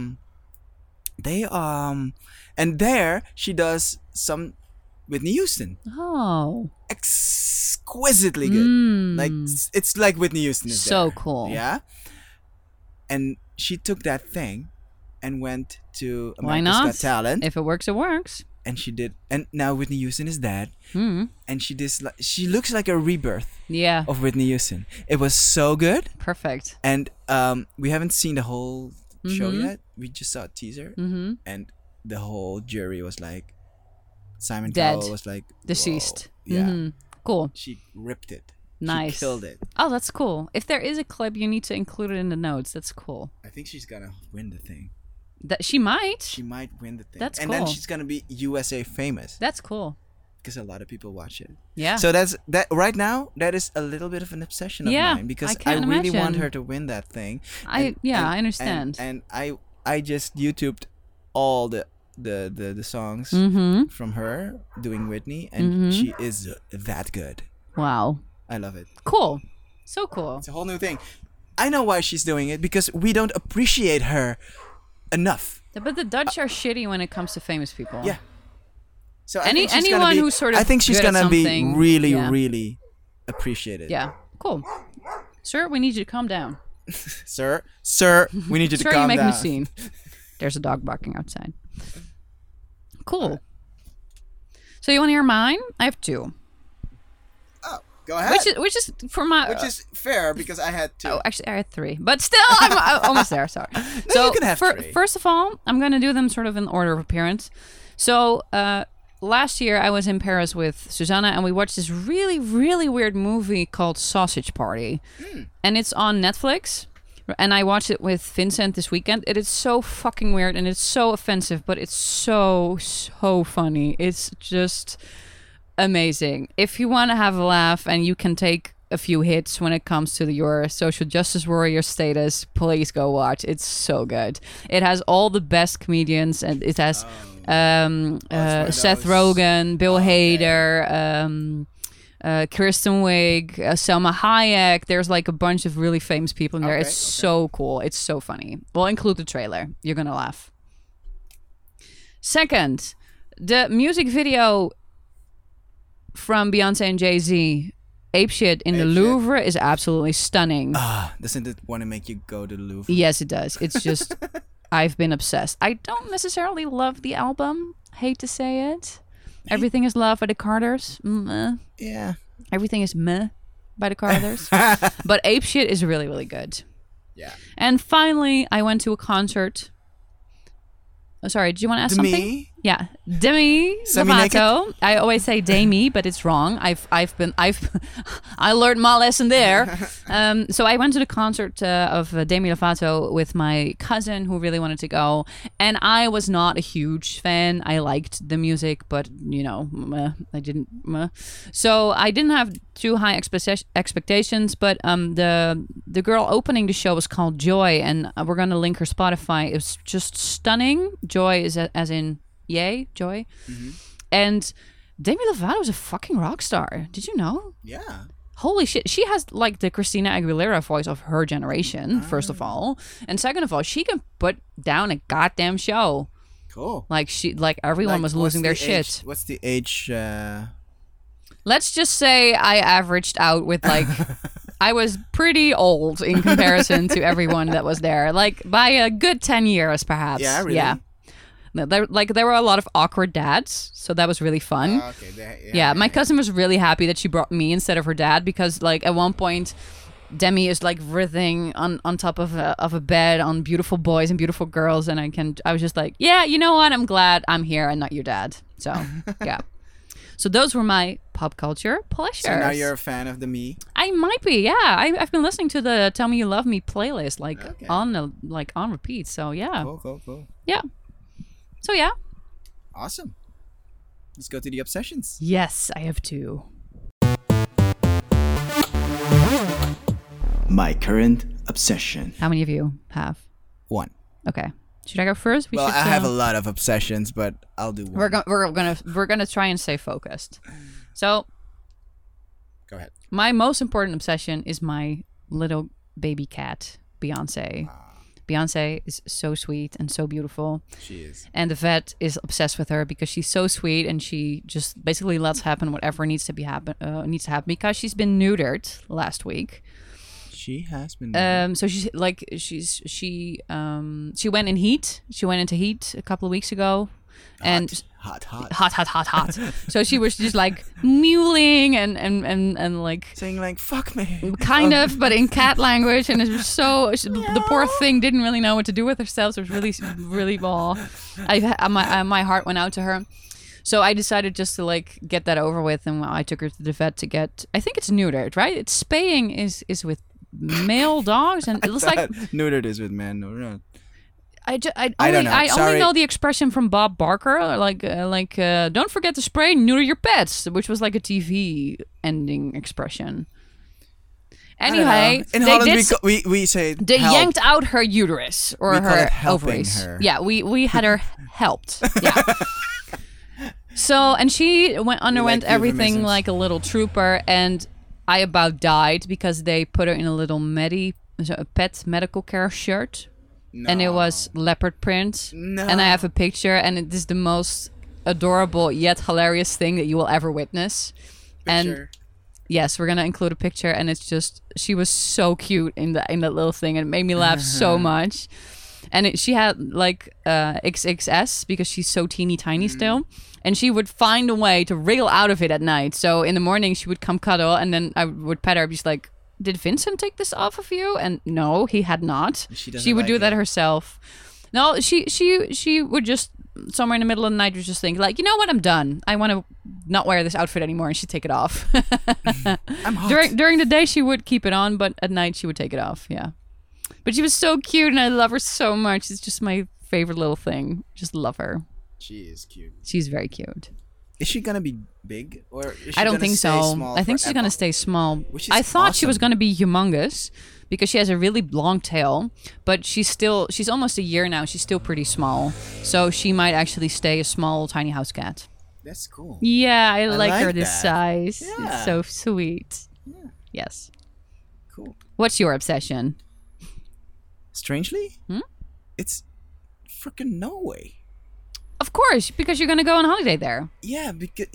Speaker 1: they um and there she does some Whitney Houston
Speaker 2: Oh,
Speaker 1: exquisitely good like s- it's like Whitney Houston is
Speaker 2: Mm. So
Speaker 1: there.
Speaker 2: cool.
Speaker 1: yeah and she took that thing and went to
Speaker 2: why
Speaker 1: America's
Speaker 2: not?
Speaker 1: Got Talent
Speaker 2: If it works, it works.
Speaker 1: and she did and now Whitney Houston is dead
Speaker 2: Hmm.
Speaker 1: and she dis- she looks like a rebirth
Speaker 2: Yeah.
Speaker 1: of Whitney Houston it was so good
Speaker 2: Perfect.
Speaker 1: and um, we haven't seen the whole show
Speaker 2: Mhm.
Speaker 1: yet. We just saw a teaser,
Speaker 2: Mm-hmm.
Speaker 1: and the whole jury was like, Simon
Speaker 2: Dead.
Speaker 1: Cowell was like "Whoa."
Speaker 2: Deceased.
Speaker 1: Yeah,
Speaker 2: Mhm. Cool.
Speaker 1: she ripped it.
Speaker 2: Nice.
Speaker 1: she killed it.
Speaker 2: Oh, that's cool. If there is a clip, you need to include it in the notes. That's cool.
Speaker 1: I think she's gonna win the thing.
Speaker 2: That she might.
Speaker 1: She might win the thing,
Speaker 2: That's
Speaker 1: and then
Speaker 2: cool.
Speaker 1: she's gonna be USA famous
Speaker 2: that's cool.
Speaker 1: because a lot of people watch it.
Speaker 2: Yeah.
Speaker 1: So that's that. Right now, that is a little bit of an obsession of
Speaker 2: Yeah,
Speaker 1: mine because
Speaker 2: I
Speaker 1: I,
Speaker 2: can
Speaker 1: really want
Speaker 2: imagine.
Speaker 1: her to win that thing.
Speaker 2: I- yeah, I understand.
Speaker 1: And, and I I just YouTubed all the the the, the songs
Speaker 2: mm-hmm.
Speaker 1: from her doing Whitney, and
Speaker 2: Mhm.
Speaker 1: she is that good.
Speaker 2: Wow.
Speaker 1: I love it.
Speaker 2: Cool. So cool.
Speaker 1: It's a whole new thing. I know why she's doing it because we don't appreciate her enough.
Speaker 2: But the Dutch are shitty when it comes to famous people.
Speaker 1: Yeah. So I
Speaker 2: Any-
Speaker 1: think she's gonna
Speaker 2: anyone
Speaker 1: be-
Speaker 2: who's sort of
Speaker 1: I think she's
Speaker 2: good at
Speaker 1: gonna be
Speaker 2: something,
Speaker 1: really,
Speaker 2: yeah.
Speaker 1: really appreciated.
Speaker 2: Yeah. Cool. Sir, we need you to calm down.
Speaker 1: sir, sir, we need you to
Speaker 2: [laughs] Sir,
Speaker 1: calm
Speaker 2: you make
Speaker 1: down.
Speaker 2: a
Speaker 1: [laughs]
Speaker 2: scene. There's a dog barking outside. Cool. So you want to hear mine? I have two,
Speaker 1: Oh, go ahead.
Speaker 2: which is which is for my.
Speaker 1: Which is fair because I had two.
Speaker 2: oh, actually, I had three, but still, I'm, I'm almost
Speaker 1: [laughs]
Speaker 2: there. Sorry. so
Speaker 1: you can have
Speaker 2: fir-
Speaker 1: three.
Speaker 2: first of all, I'm gonna do them sort of in order of appearance. So uh, last year, I was in Paris with Susanna, and we watched this really, really weird movie called Sausage Party,
Speaker 1: Hmm.
Speaker 2: and it's on Netflix. And I watched it with Vincent this weekend. It is so fucking weird and it's so offensive, but it's so so funny. It's just amazing. If you want to have a laugh and you can take a few hits when it comes to your social justice warrior status, please go watch. It's so good. It has all the best comedians, and it has um,
Speaker 1: why
Speaker 2: uh,
Speaker 1: that
Speaker 2: Seth
Speaker 1: was-
Speaker 2: Rogen, Bill Hader. Um, uh, Kristen Wiig, uh, Selma Hayek. There's like a bunch of really famous people in there.
Speaker 1: Okay,
Speaker 2: it's so cool. It's so funny. We'll include the trailer. You're gonna laugh. Second, the music video from Beyonce and Jay Z, "Ape Shit" in the
Speaker 1: Ape Shit.
Speaker 2: Louvre is
Speaker 1: [laughs]
Speaker 2: absolutely stunning.
Speaker 1: Ah, doesn't it want to make you go to the Louvre?
Speaker 2: Yes, it does. It's just I've been obsessed. I don't necessarily love the album. Hate to say it. Everything is love by the Carters. Mm, uh.
Speaker 1: Yeah.
Speaker 2: Everything is meh by the Carters. but Ape Shit is really, really good.
Speaker 1: Yeah.
Speaker 2: And finally, I went to a concert. Oh, sorry, did you want to ask
Speaker 1: To
Speaker 2: something?
Speaker 1: me,
Speaker 2: Yeah, Demi
Speaker 1: Semi-naked?
Speaker 2: Lovato. I always say Demi, but it's wrong. I've I've been I've [laughs] I learned my lesson there. Um, so I went to the concert uh, of uh, Demi Lovato with my cousin who really wanted to go, and I was not a huge fan. I liked the music, but you know, meh, I didn't. meh. So I didn't have too high expecta- expectations. But um, the the girl opening the show was called Joy, and uh, we're gonna link her Spotify. It was just stunning. Joy is a, as in yay joy and demi lovato is a fucking rock star did you know
Speaker 1: Yeah.
Speaker 2: holy shit she has like the christina aguilera voice of her generation first of all and second of all she can put down a goddamn show
Speaker 1: Cool.
Speaker 2: like she like everyone
Speaker 1: Like,
Speaker 2: was
Speaker 1: what's
Speaker 2: losing
Speaker 1: the
Speaker 2: their
Speaker 1: age-
Speaker 2: shit
Speaker 1: What's the age? Uh,
Speaker 2: let's just say i averaged out with
Speaker 1: [laughs]
Speaker 2: like i was pretty old in comparison to everyone that was there like by a good 10 years perhaps
Speaker 1: yeah, really.
Speaker 2: yeah No, there, like there were a lot of awkward dads so that was really fun
Speaker 1: Ah, okay. there-
Speaker 2: Yeah, my cousin was really happy that she brought me instead of her dad because, like, at one point, Demi is like writhing on on top of a, of a bed on beautiful boys and beautiful girls, and I can I was just like, yeah, you know what? I'm glad I'm here and not your dad.
Speaker 1: [laughs]
Speaker 2: So yeah, so those were my pop culture pleasures.
Speaker 1: So now you're a fan of the me.
Speaker 2: I might be, yeah. I, I've been listening to the "Tell Me You Love Me" playlist like
Speaker 1: Okay.
Speaker 2: on a, like on repeat. So yeah,
Speaker 1: Cool, cool, cool.
Speaker 2: yeah. So yeah,
Speaker 1: Awesome. Let's go to the obsessions.
Speaker 2: yes, I have two.
Speaker 1: My current obsession.
Speaker 2: How many of you have?
Speaker 1: One.
Speaker 2: Okay. Should I go first? We
Speaker 1: well,
Speaker 2: should,
Speaker 1: I have
Speaker 2: uh,
Speaker 1: a lot of obsessions, but I'll do one.
Speaker 2: We're going we're gonna we're gonna try and stay focused. So
Speaker 1: go ahead.
Speaker 2: my most important obsession is my little baby cat, Beyonce. Beyonce is so sweet and so beautiful.
Speaker 1: She is.
Speaker 2: And the vet is obsessed with her because she's so sweet and she just basically lets happen whatever needs to be happen uh, needs to happen because she's been neutered last week.
Speaker 1: She has been.
Speaker 2: Um, so she's like she's she um she went in heat. She went into heat a couple of weeks ago, and
Speaker 1: hot, hot,
Speaker 2: hot, hot, hot, hot. so she was just like mewling and and and and like
Speaker 1: Saying like "fuck
Speaker 2: [laughs]
Speaker 1: me."
Speaker 2: kind of, but in cat language, and it was so she, the poor thing didn't really know what to do with herself. So it was really really ball. I I- my I, my heart went out to her. So I decided just to like get that over with, and I took her to the vet to get. I think it's neutered, right? It's spaying is is with male dogs, and it looks like
Speaker 1: neutered is with man. [laughs] No, no.
Speaker 2: I, ju- I, only,
Speaker 1: I
Speaker 2: I,
Speaker 1: don't know. Sorry.
Speaker 2: only know the expression from Bob Barker, like uh, like uh, don't forget to spray and neuter your pets, which was like a TV ending expression.
Speaker 1: I don't know.
Speaker 2: Anyway,
Speaker 1: in
Speaker 2: they
Speaker 1: Holland
Speaker 2: did.
Speaker 1: we,
Speaker 2: s-
Speaker 1: co- we we say
Speaker 2: they
Speaker 1: help.
Speaker 2: yanked out her uterus or
Speaker 1: We call
Speaker 2: her
Speaker 1: it helping
Speaker 2: ovaries.
Speaker 1: her.
Speaker 2: Yeah, we we had her helped.
Speaker 1: [laughs]
Speaker 2: Yeah. so and she went underwent everything
Speaker 1: euphemisms.
Speaker 2: like a little trooper, and I about died because they put her in a little medi a pet medical care shirt and it was leopard print.
Speaker 1: No.
Speaker 2: And I have a picture, and it is the most adorable yet hilarious thing that you will ever witness. And
Speaker 1: Picture.
Speaker 2: yes, we're gonna include a picture, and it's just she was so cute in that in that little thing, and it made me laugh
Speaker 1: Uh-huh.
Speaker 2: so much. And it, she had like uh, XXS because she's so teeny tiny
Speaker 1: Mm.
Speaker 2: still, and she would find a way to wriggle out of it at night. So in the morning she would come cuddle, and then I would pet her. Just like, did Vincent take this off of you? And no, he had not.
Speaker 1: She
Speaker 2: She,
Speaker 1: doesn't
Speaker 2: would
Speaker 1: like
Speaker 2: do
Speaker 1: it.
Speaker 2: that herself. No, she she she would just somewhere in the middle of the night would just think like, you know what, I'm done. I want to not wear this outfit anymore, and she'd take it off.
Speaker 1: I'm hot.
Speaker 2: during during the day she would keep it on, but at night she would take it off. Yeah, but she was so cute, and I love her so much. It's just my favorite little thing. Just love her.
Speaker 1: she is cute.
Speaker 2: She's very cute.
Speaker 1: Is she gonna be big or? Is she
Speaker 2: I don't
Speaker 1: gonna
Speaker 2: think
Speaker 1: stay
Speaker 2: so.
Speaker 1: small
Speaker 2: I think she's gonna
Speaker 1: forever?
Speaker 2: stay small.
Speaker 1: Which is
Speaker 2: I thought she was
Speaker 1: awesome.
Speaker 2: gonna be humongous because she has a really long tail, but she's still she's almost a year now. She's still pretty small, so she might actually stay a small tiny house cat.
Speaker 1: That's cool.
Speaker 2: Yeah, I, like, her
Speaker 1: like
Speaker 2: this
Speaker 1: that.
Speaker 2: size.
Speaker 1: Yeah.
Speaker 2: It's so sweet. Yes.
Speaker 1: Cool.
Speaker 2: What's your obsession?
Speaker 1: Strangely,
Speaker 2: Hmm?
Speaker 1: it's freaking Norway.
Speaker 2: Of course, because you're gonna go on holiday there.
Speaker 1: Yeah, because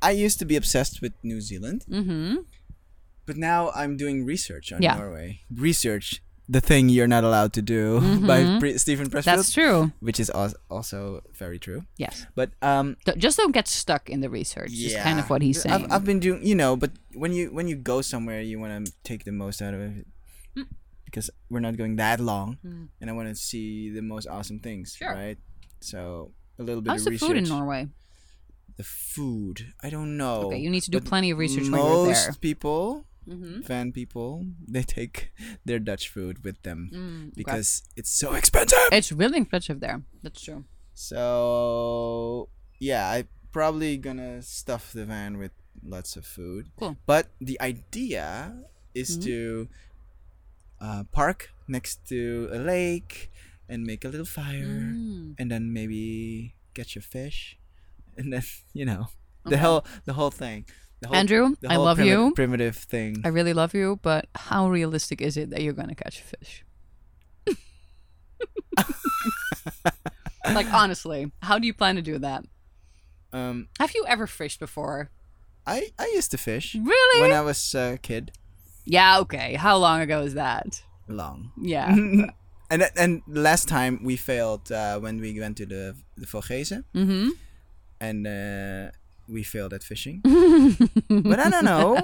Speaker 1: I used to be obsessed with New Zealand,
Speaker 2: Mm-hmm.
Speaker 1: but now I'm doing research on
Speaker 2: Yeah.
Speaker 1: Norway. Research, the thing you're not allowed to do [laughs] by Pre- Stephen Pressfield,
Speaker 2: Mm-hmm. That's true.
Speaker 1: which is al- also very true.
Speaker 2: Yes.
Speaker 1: But um,
Speaker 2: Don't- just don't get stuck in the research. Is kind of what he's
Speaker 1: I've-
Speaker 2: saying.
Speaker 1: I've, been doing, you know, but when you when you go somewhere, you want to take the most out of it
Speaker 2: Hmm.
Speaker 1: because we're not going that long, and I want to see the most awesome things,
Speaker 2: Sure.
Speaker 1: right? So a little bit
Speaker 2: How's
Speaker 1: of
Speaker 2: the
Speaker 1: research.
Speaker 2: food in Norway?
Speaker 1: The food, I don't know.
Speaker 2: Okay, you need to do
Speaker 1: but
Speaker 2: plenty of research
Speaker 1: Most
Speaker 2: when you're there.
Speaker 1: people,
Speaker 2: Mm-hmm.
Speaker 1: fan people, [laughs] they take their Dutch food with them
Speaker 2: Mm, okay.
Speaker 1: because it's so expensive.
Speaker 2: It's really expensive there. That's true.
Speaker 1: So yeah, I probably gonna stuff the van with lots of food.
Speaker 2: Cool.
Speaker 1: But the idea is
Speaker 2: Mhm.
Speaker 1: to uh, park next to a lake and make a little fire,
Speaker 2: Mm.
Speaker 1: and then maybe catch a fish, [laughs] and then you know
Speaker 2: Okay.
Speaker 1: the whole the whole thing. The whole,
Speaker 2: Andrew,
Speaker 1: the
Speaker 2: I
Speaker 1: whole
Speaker 2: love
Speaker 1: primi-
Speaker 2: you.
Speaker 1: Primitive thing.
Speaker 2: I really love you, but how realistic is it that you're gonna catch a
Speaker 1: [laughs]
Speaker 2: fish? like honestly, how do you plan to do that?
Speaker 1: um,
Speaker 2: Have you ever fished before?
Speaker 1: I I used to fish
Speaker 2: Really?
Speaker 1: when I was a kid.
Speaker 2: yeah. Okay. How long ago is that?
Speaker 1: Long.
Speaker 2: [laughs] Yeah.
Speaker 1: and that- and last time we failed uh, when we went to the the Vorgezen
Speaker 2: mm-hmm.
Speaker 1: and uh, we failed at
Speaker 2: [laughs]
Speaker 1: fishing. but I don't know.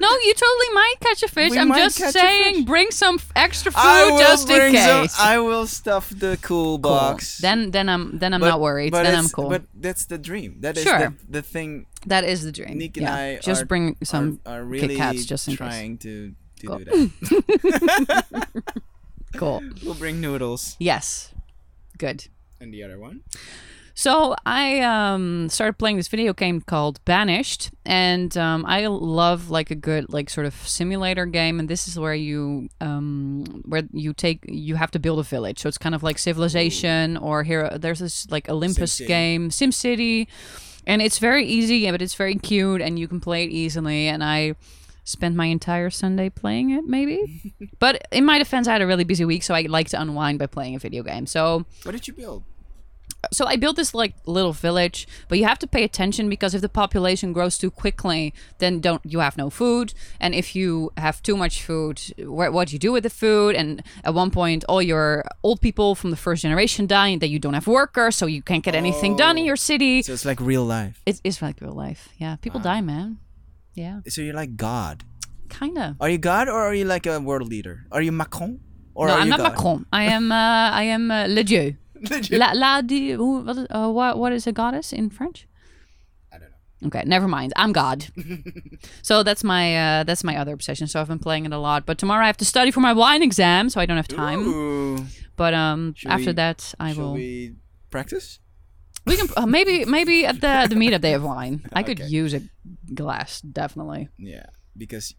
Speaker 2: No, you totally might catch a fish.
Speaker 1: We
Speaker 2: I'm
Speaker 1: might
Speaker 2: just
Speaker 1: catch a
Speaker 2: saying,
Speaker 1: fish.
Speaker 2: bring some f- extra food
Speaker 1: I will
Speaker 2: just in
Speaker 1: bring some-
Speaker 2: case.
Speaker 1: I will stuff the cool
Speaker 2: Cool.
Speaker 1: box.
Speaker 2: Then, then I'm then I'm
Speaker 1: But-
Speaker 2: not worried.
Speaker 1: but
Speaker 2: Then I'm
Speaker 1: it's-
Speaker 2: cool.
Speaker 1: But that's the dream. That is
Speaker 2: Sure.
Speaker 1: the, the thing.
Speaker 2: that is the dream.
Speaker 1: Nick and
Speaker 2: yeah.
Speaker 1: I
Speaker 2: just
Speaker 1: are-
Speaker 2: bring some
Speaker 1: are, are
Speaker 2: Kit
Speaker 1: really
Speaker 2: Kats just in case.
Speaker 1: trying to to
Speaker 2: Cool.
Speaker 1: do
Speaker 2: [laughs]
Speaker 1: that.
Speaker 2: cool.
Speaker 1: we'll bring noodles.
Speaker 2: Yes. Good.
Speaker 1: And the other one.
Speaker 2: So I um, started playing this video game called Banished, and um, I love like a good like sort of simulator game. And this is where you um, where you take you have to build a village. So it's kind of like Civilization or here there's this like Olympus
Speaker 1: SimCity.
Speaker 2: game, SimCity, and it's very easy, but it's very cute, and you can play it easily. And I spent my entire Sunday playing it, maybe. but in my defense, I had a really busy week, so I like to unwind by playing a video game. So
Speaker 1: What did you build?
Speaker 2: so I built this like little village, but you have to pay attention because if the population grows too quickly, then don't you have no food, and if you have too much food, wh- what do you do with the food? And at one point, all your old people from the first generation die, and then you don't have workers, so you can't get anything done in
Speaker 1: Oh.
Speaker 2: your city.
Speaker 1: So it's like real life.
Speaker 2: It is like real life. Yeah, people die, man. Yeah,
Speaker 1: So you're like God.
Speaker 2: kinda.
Speaker 1: Are you God or are you like a world leader? Are you Macron or
Speaker 2: no,
Speaker 1: are
Speaker 2: I'm
Speaker 1: you
Speaker 2: not
Speaker 1: God? [laughs]
Speaker 2: Macron. I am. Uh, I am uh, Le Dieu.
Speaker 1: Legit.
Speaker 2: La, la di, who- what, is- uh, what, what is a goddess in French? I don't know. Okay, never mind. I'm
Speaker 1: [laughs]
Speaker 2: God. so that's my uh, that's my other obsession. So I've been playing it a lot. But tomorrow I have to study for my wine exam, so I don't have time.
Speaker 1: Ooh.
Speaker 2: But um,
Speaker 1: Should
Speaker 2: after
Speaker 1: we-
Speaker 2: that I
Speaker 1: Shall
Speaker 2: will. We,
Speaker 1: we practice?
Speaker 2: can uh, maybe maybe at the the meetup they
Speaker 1: [laughs]
Speaker 2: have wine. I could
Speaker 1: Okay.
Speaker 2: use a glass definitely.
Speaker 1: Yeah, because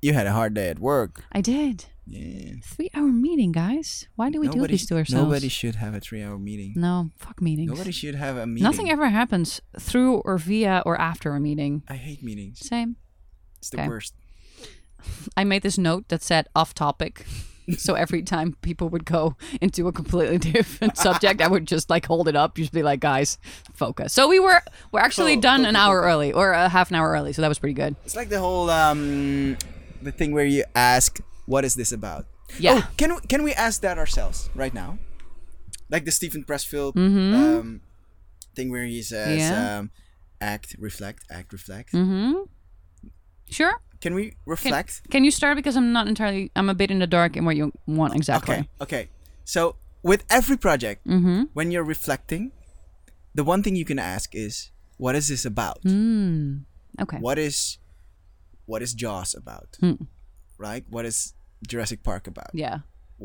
Speaker 1: you had a hard day at work.
Speaker 2: I did
Speaker 1: Yeah.
Speaker 2: three hour meeting, guys. Why do we do this to ourselves?
Speaker 1: Nobody should have a three-hour meeting.
Speaker 2: no fuck meetings.
Speaker 1: Nobody should have a meeting.
Speaker 2: Nothing ever happens through or via or after a meeting.
Speaker 1: I hate meetings.
Speaker 2: Same.
Speaker 1: It's the
Speaker 2: Okay.
Speaker 1: worst.
Speaker 2: I made this note that said off topic. [laughs] So every time people would go into a completely [laughs] different subject, I would just like hold it up, just be like, guys, focus. So we were we're actually
Speaker 1: Cool,
Speaker 2: done
Speaker 1: cool,
Speaker 2: an
Speaker 1: cool,
Speaker 2: hour early or a half an hour early, so that was pretty good.
Speaker 1: It's like the whole um, the thing where you ask, "What is this about?"
Speaker 2: Yeah.
Speaker 1: Oh, can we, can we ask that ourselves right now? Like the Stephen Pressfield um, thing where he says,
Speaker 2: Mm-hmm. Yeah.
Speaker 1: um, "Act, reflect, act, reflect."
Speaker 2: Mm-hmm. Sure.
Speaker 1: Can we
Speaker 2: Can,
Speaker 1: reflect?
Speaker 2: can you start because I'm not entirely I'm a bit in the dark in what you want exactly.
Speaker 1: Okay. Okay. So with every project,
Speaker 2: Mm-hmm.
Speaker 1: when you're reflecting, the one thing you can ask is, "What is this about?
Speaker 2: Mm. Okay.
Speaker 1: What is, what is Jaws about?
Speaker 2: Mm.
Speaker 1: Right? What is Jurassic Park about?
Speaker 2: Yeah.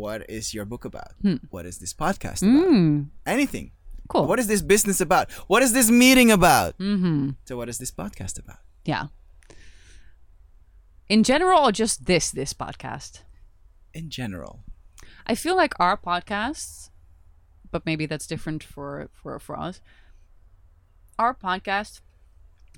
Speaker 1: What is your book about?
Speaker 2: Hmm.
Speaker 1: What is this podcast about?
Speaker 2: Mm.
Speaker 1: Anything?
Speaker 2: Cool.
Speaker 1: What is this business about? What is this meeting about?
Speaker 2: mm-hmm.
Speaker 1: So what is this podcast about?
Speaker 2: Yeah. In general or just this this podcast?
Speaker 1: In general,
Speaker 2: I feel like our podcasts, but maybe that's different for for for us. Our podcast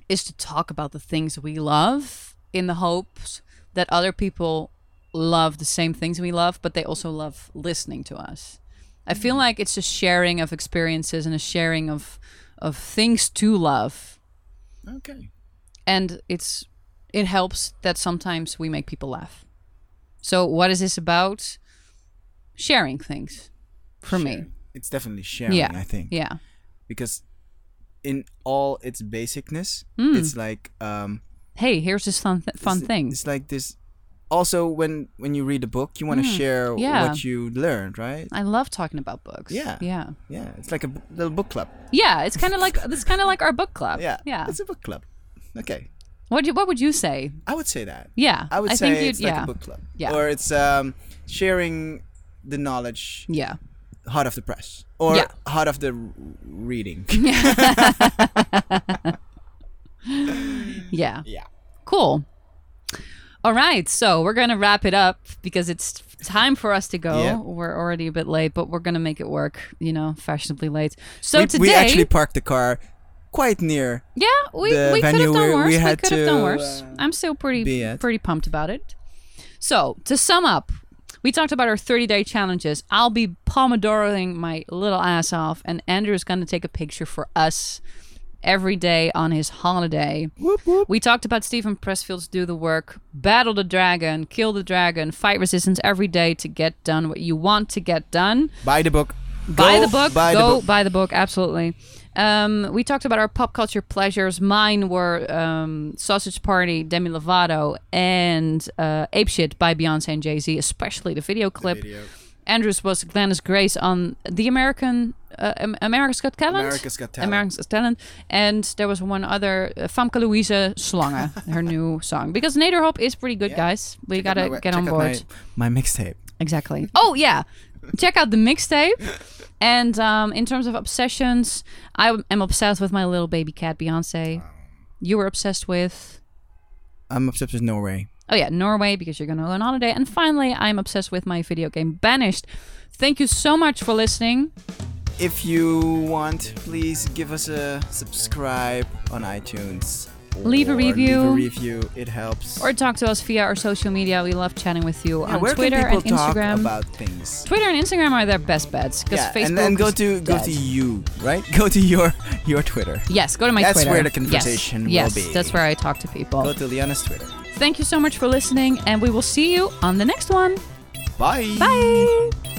Speaker 2: is to talk about the things we love in the hopes that other people love the same things we love, but they also love listening to us. I feel like it's a sharing of experiences and a sharing of of things to love,
Speaker 1: okay.
Speaker 2: and it's it helps that sometimes we make people laugh. So what is this about? Sharing things for me.
Speaker 1: Sharing. it's definitely sharing.
Speaker 2: Yeah.
Speaker 1: I think.
Speaker 2: Yeah.
Speaker 1: because in all its
Speaker 2: Hmm.
Speaker 1: basicness, it's like um,
Speaker 2: Hey, here's this fun, th- fun
Speaker 1: it's,
Speaker 2: thing.
Speaker 1: It's like this also when when you read the book, you want to share
Speaker 2: Hmm. yeah.
Speaker 1: what you learned, right?
Speaker 2: I love talking about books.
Speaker 1: Yeah.
Speaker 2: Yeah.
Speaker 1: Yeah, it's like a b- little book club.
Speaker 2: Yeah. It's kind of like it's kind of like our book club.
Speaker 1: Yeah,
Speaker 2: Yeah.
Speaker 1: it's a book club. Okay,
Speaker 2: What do you, What would you say?
Speaker 1: I would say that.
Speaker 2: Yeah.
Speaker 1: I would say
Speaker 2: think you'd
Speaker 1: it's
Speaker 2: yeah.
Speaker 1: like a book club,
Speaker 2: Yeah.
Speaker 1: or it's um, sharing the knowledge
Speaker 2: Yeah.
Speaker 1: hot off the press or
Speaker 2: Yeah.
Speaker 1: hot off the r-
Speaker 2: [laughs]
Speaker 1: reading.
Speaker 2: Yeah.
Speaker 1: yeah.
Speaker 2: Cool. All right, so we're gonna wrap it up because it's time for us to go.
Speaker 1: Yeah.
Speaker 2: We're already a bit late, but we're gonna make it work. You know, fashionably late. So
Speaker 1: we,
Speaker 2: today,
Speaker 1: we actually parked the car quite near.
Speaker 2: yeah, we,
Speaker 1: the
Speaker 2: we could have
Speaker 1: venue
Speaker 2: done
Speaker 1: where
Speaker 2: worse.
Speaker 1: we
Speaker 2: We,
Speaker 1: had
Speaker 2: could have done
Speaker 1: to,
Speaker 2: worse.
Speaker 1: uh,
Speaker 2: I'm still
Speaker 1: be
Speaker 2: pretty
Speaker 1: at.
Speaker 2: pretty pumped about it. So to sum up, we talked about our 30 day challenges. I'll be pomodoroing my little ass off, and Andrew's gonna take a picture for us every day on his holiday.
Speaker 1: Whoop whoop.
Speaker 2: We talked about Stephen Pressfield's Do the Work, Battle the Dragon, Kill the Dragon, Fight Resistance every day to get done what you want to get done.
Speaker 1: Buy the book.
Speaker 2: Buy
Speaker 1: Go
Speaker 2: the book,
Speaker 1: Buy
Speaker 2: go
Speaker 1: the book.
Speaker 2: buy the book, absolutely. Um, we talked about our pop culture pleasures. Mine were um, Sausage Party, Demi Lovato, and uh, Ape Shit by Beyonce and Jay Z, especially the video clip. Andrews was Glennis Grace on The American uh, Am- America's Got Talent.
Speaker 1: America's Got Talent.
Speaker 2: America's Got Talent. And there was one other uh, Famke Louise Slange,
Speaker 1: [laughs]
Speaker 2: her new song. Because Naderhop is pretty good, guys. We
Speaker 1: Check out
Speaker 2: gotta
Speaker 1: my-
Speaker 2: get
Speaker 1: check
Speaker 2: on
Speaker 1: out
Speaker 2: board.
Speaker 1: My, my mixtape.
Speaker 2: Exactly. Oh yeah, check out the mixtape. And um, in terms of obsessions, I am obsessed with my little baby cat Beyonce. You were obsessed with.
Speaker 1: I'm obsessed with Norway.
Speaker 2: Oh yeah, Norway because you're gonna go on holiday. And finally, I'm obsessed with my video game Banished. Thank you so much for listening.
Speaker 1: If you want, please give us a subscribe on iTunes.
Speaker 2: Leave a
Speaker 1: or Leave
Speaker 2: review.
Speaker 1: a review. It helps.
Speaker 2: or talk to us via our social media. We love chatting with you
Speaker 1: Yeah,
Speaker 2: on
Speaker 1: where
Speaker 2: Twitter
Speaker 1: can people
Speaker 2: and Instagram.
Speaker 1: talk about things?
Speaker 2: Twitter and Instagram are their best bets because
Speaker 1: Yeah,
Speaker 2: Facebook.
Speaker 1: and then go
Speaker 2: is
Speaker 1: to go
Speaker 2: dead.
Speaker 1: to you, right? [laughs] Go to your your Twitter.
Speaker 2: Yes, go to my
Speaker 1: That's
Speaker 2: Twitter.
Speaker 1: where the
Speaker 2: Yes,
Speaker 1: conversation will
Speaker 2: yes,
Speaker 1: be.
Speaker 2: that's where I talk to people.
Speaker 1: Go to Liana's Twitter.
Speaker 2: Thank you so much for listening, and we will see you on the next one.
Speaker 1: Bye.
Speaker 2: Bye.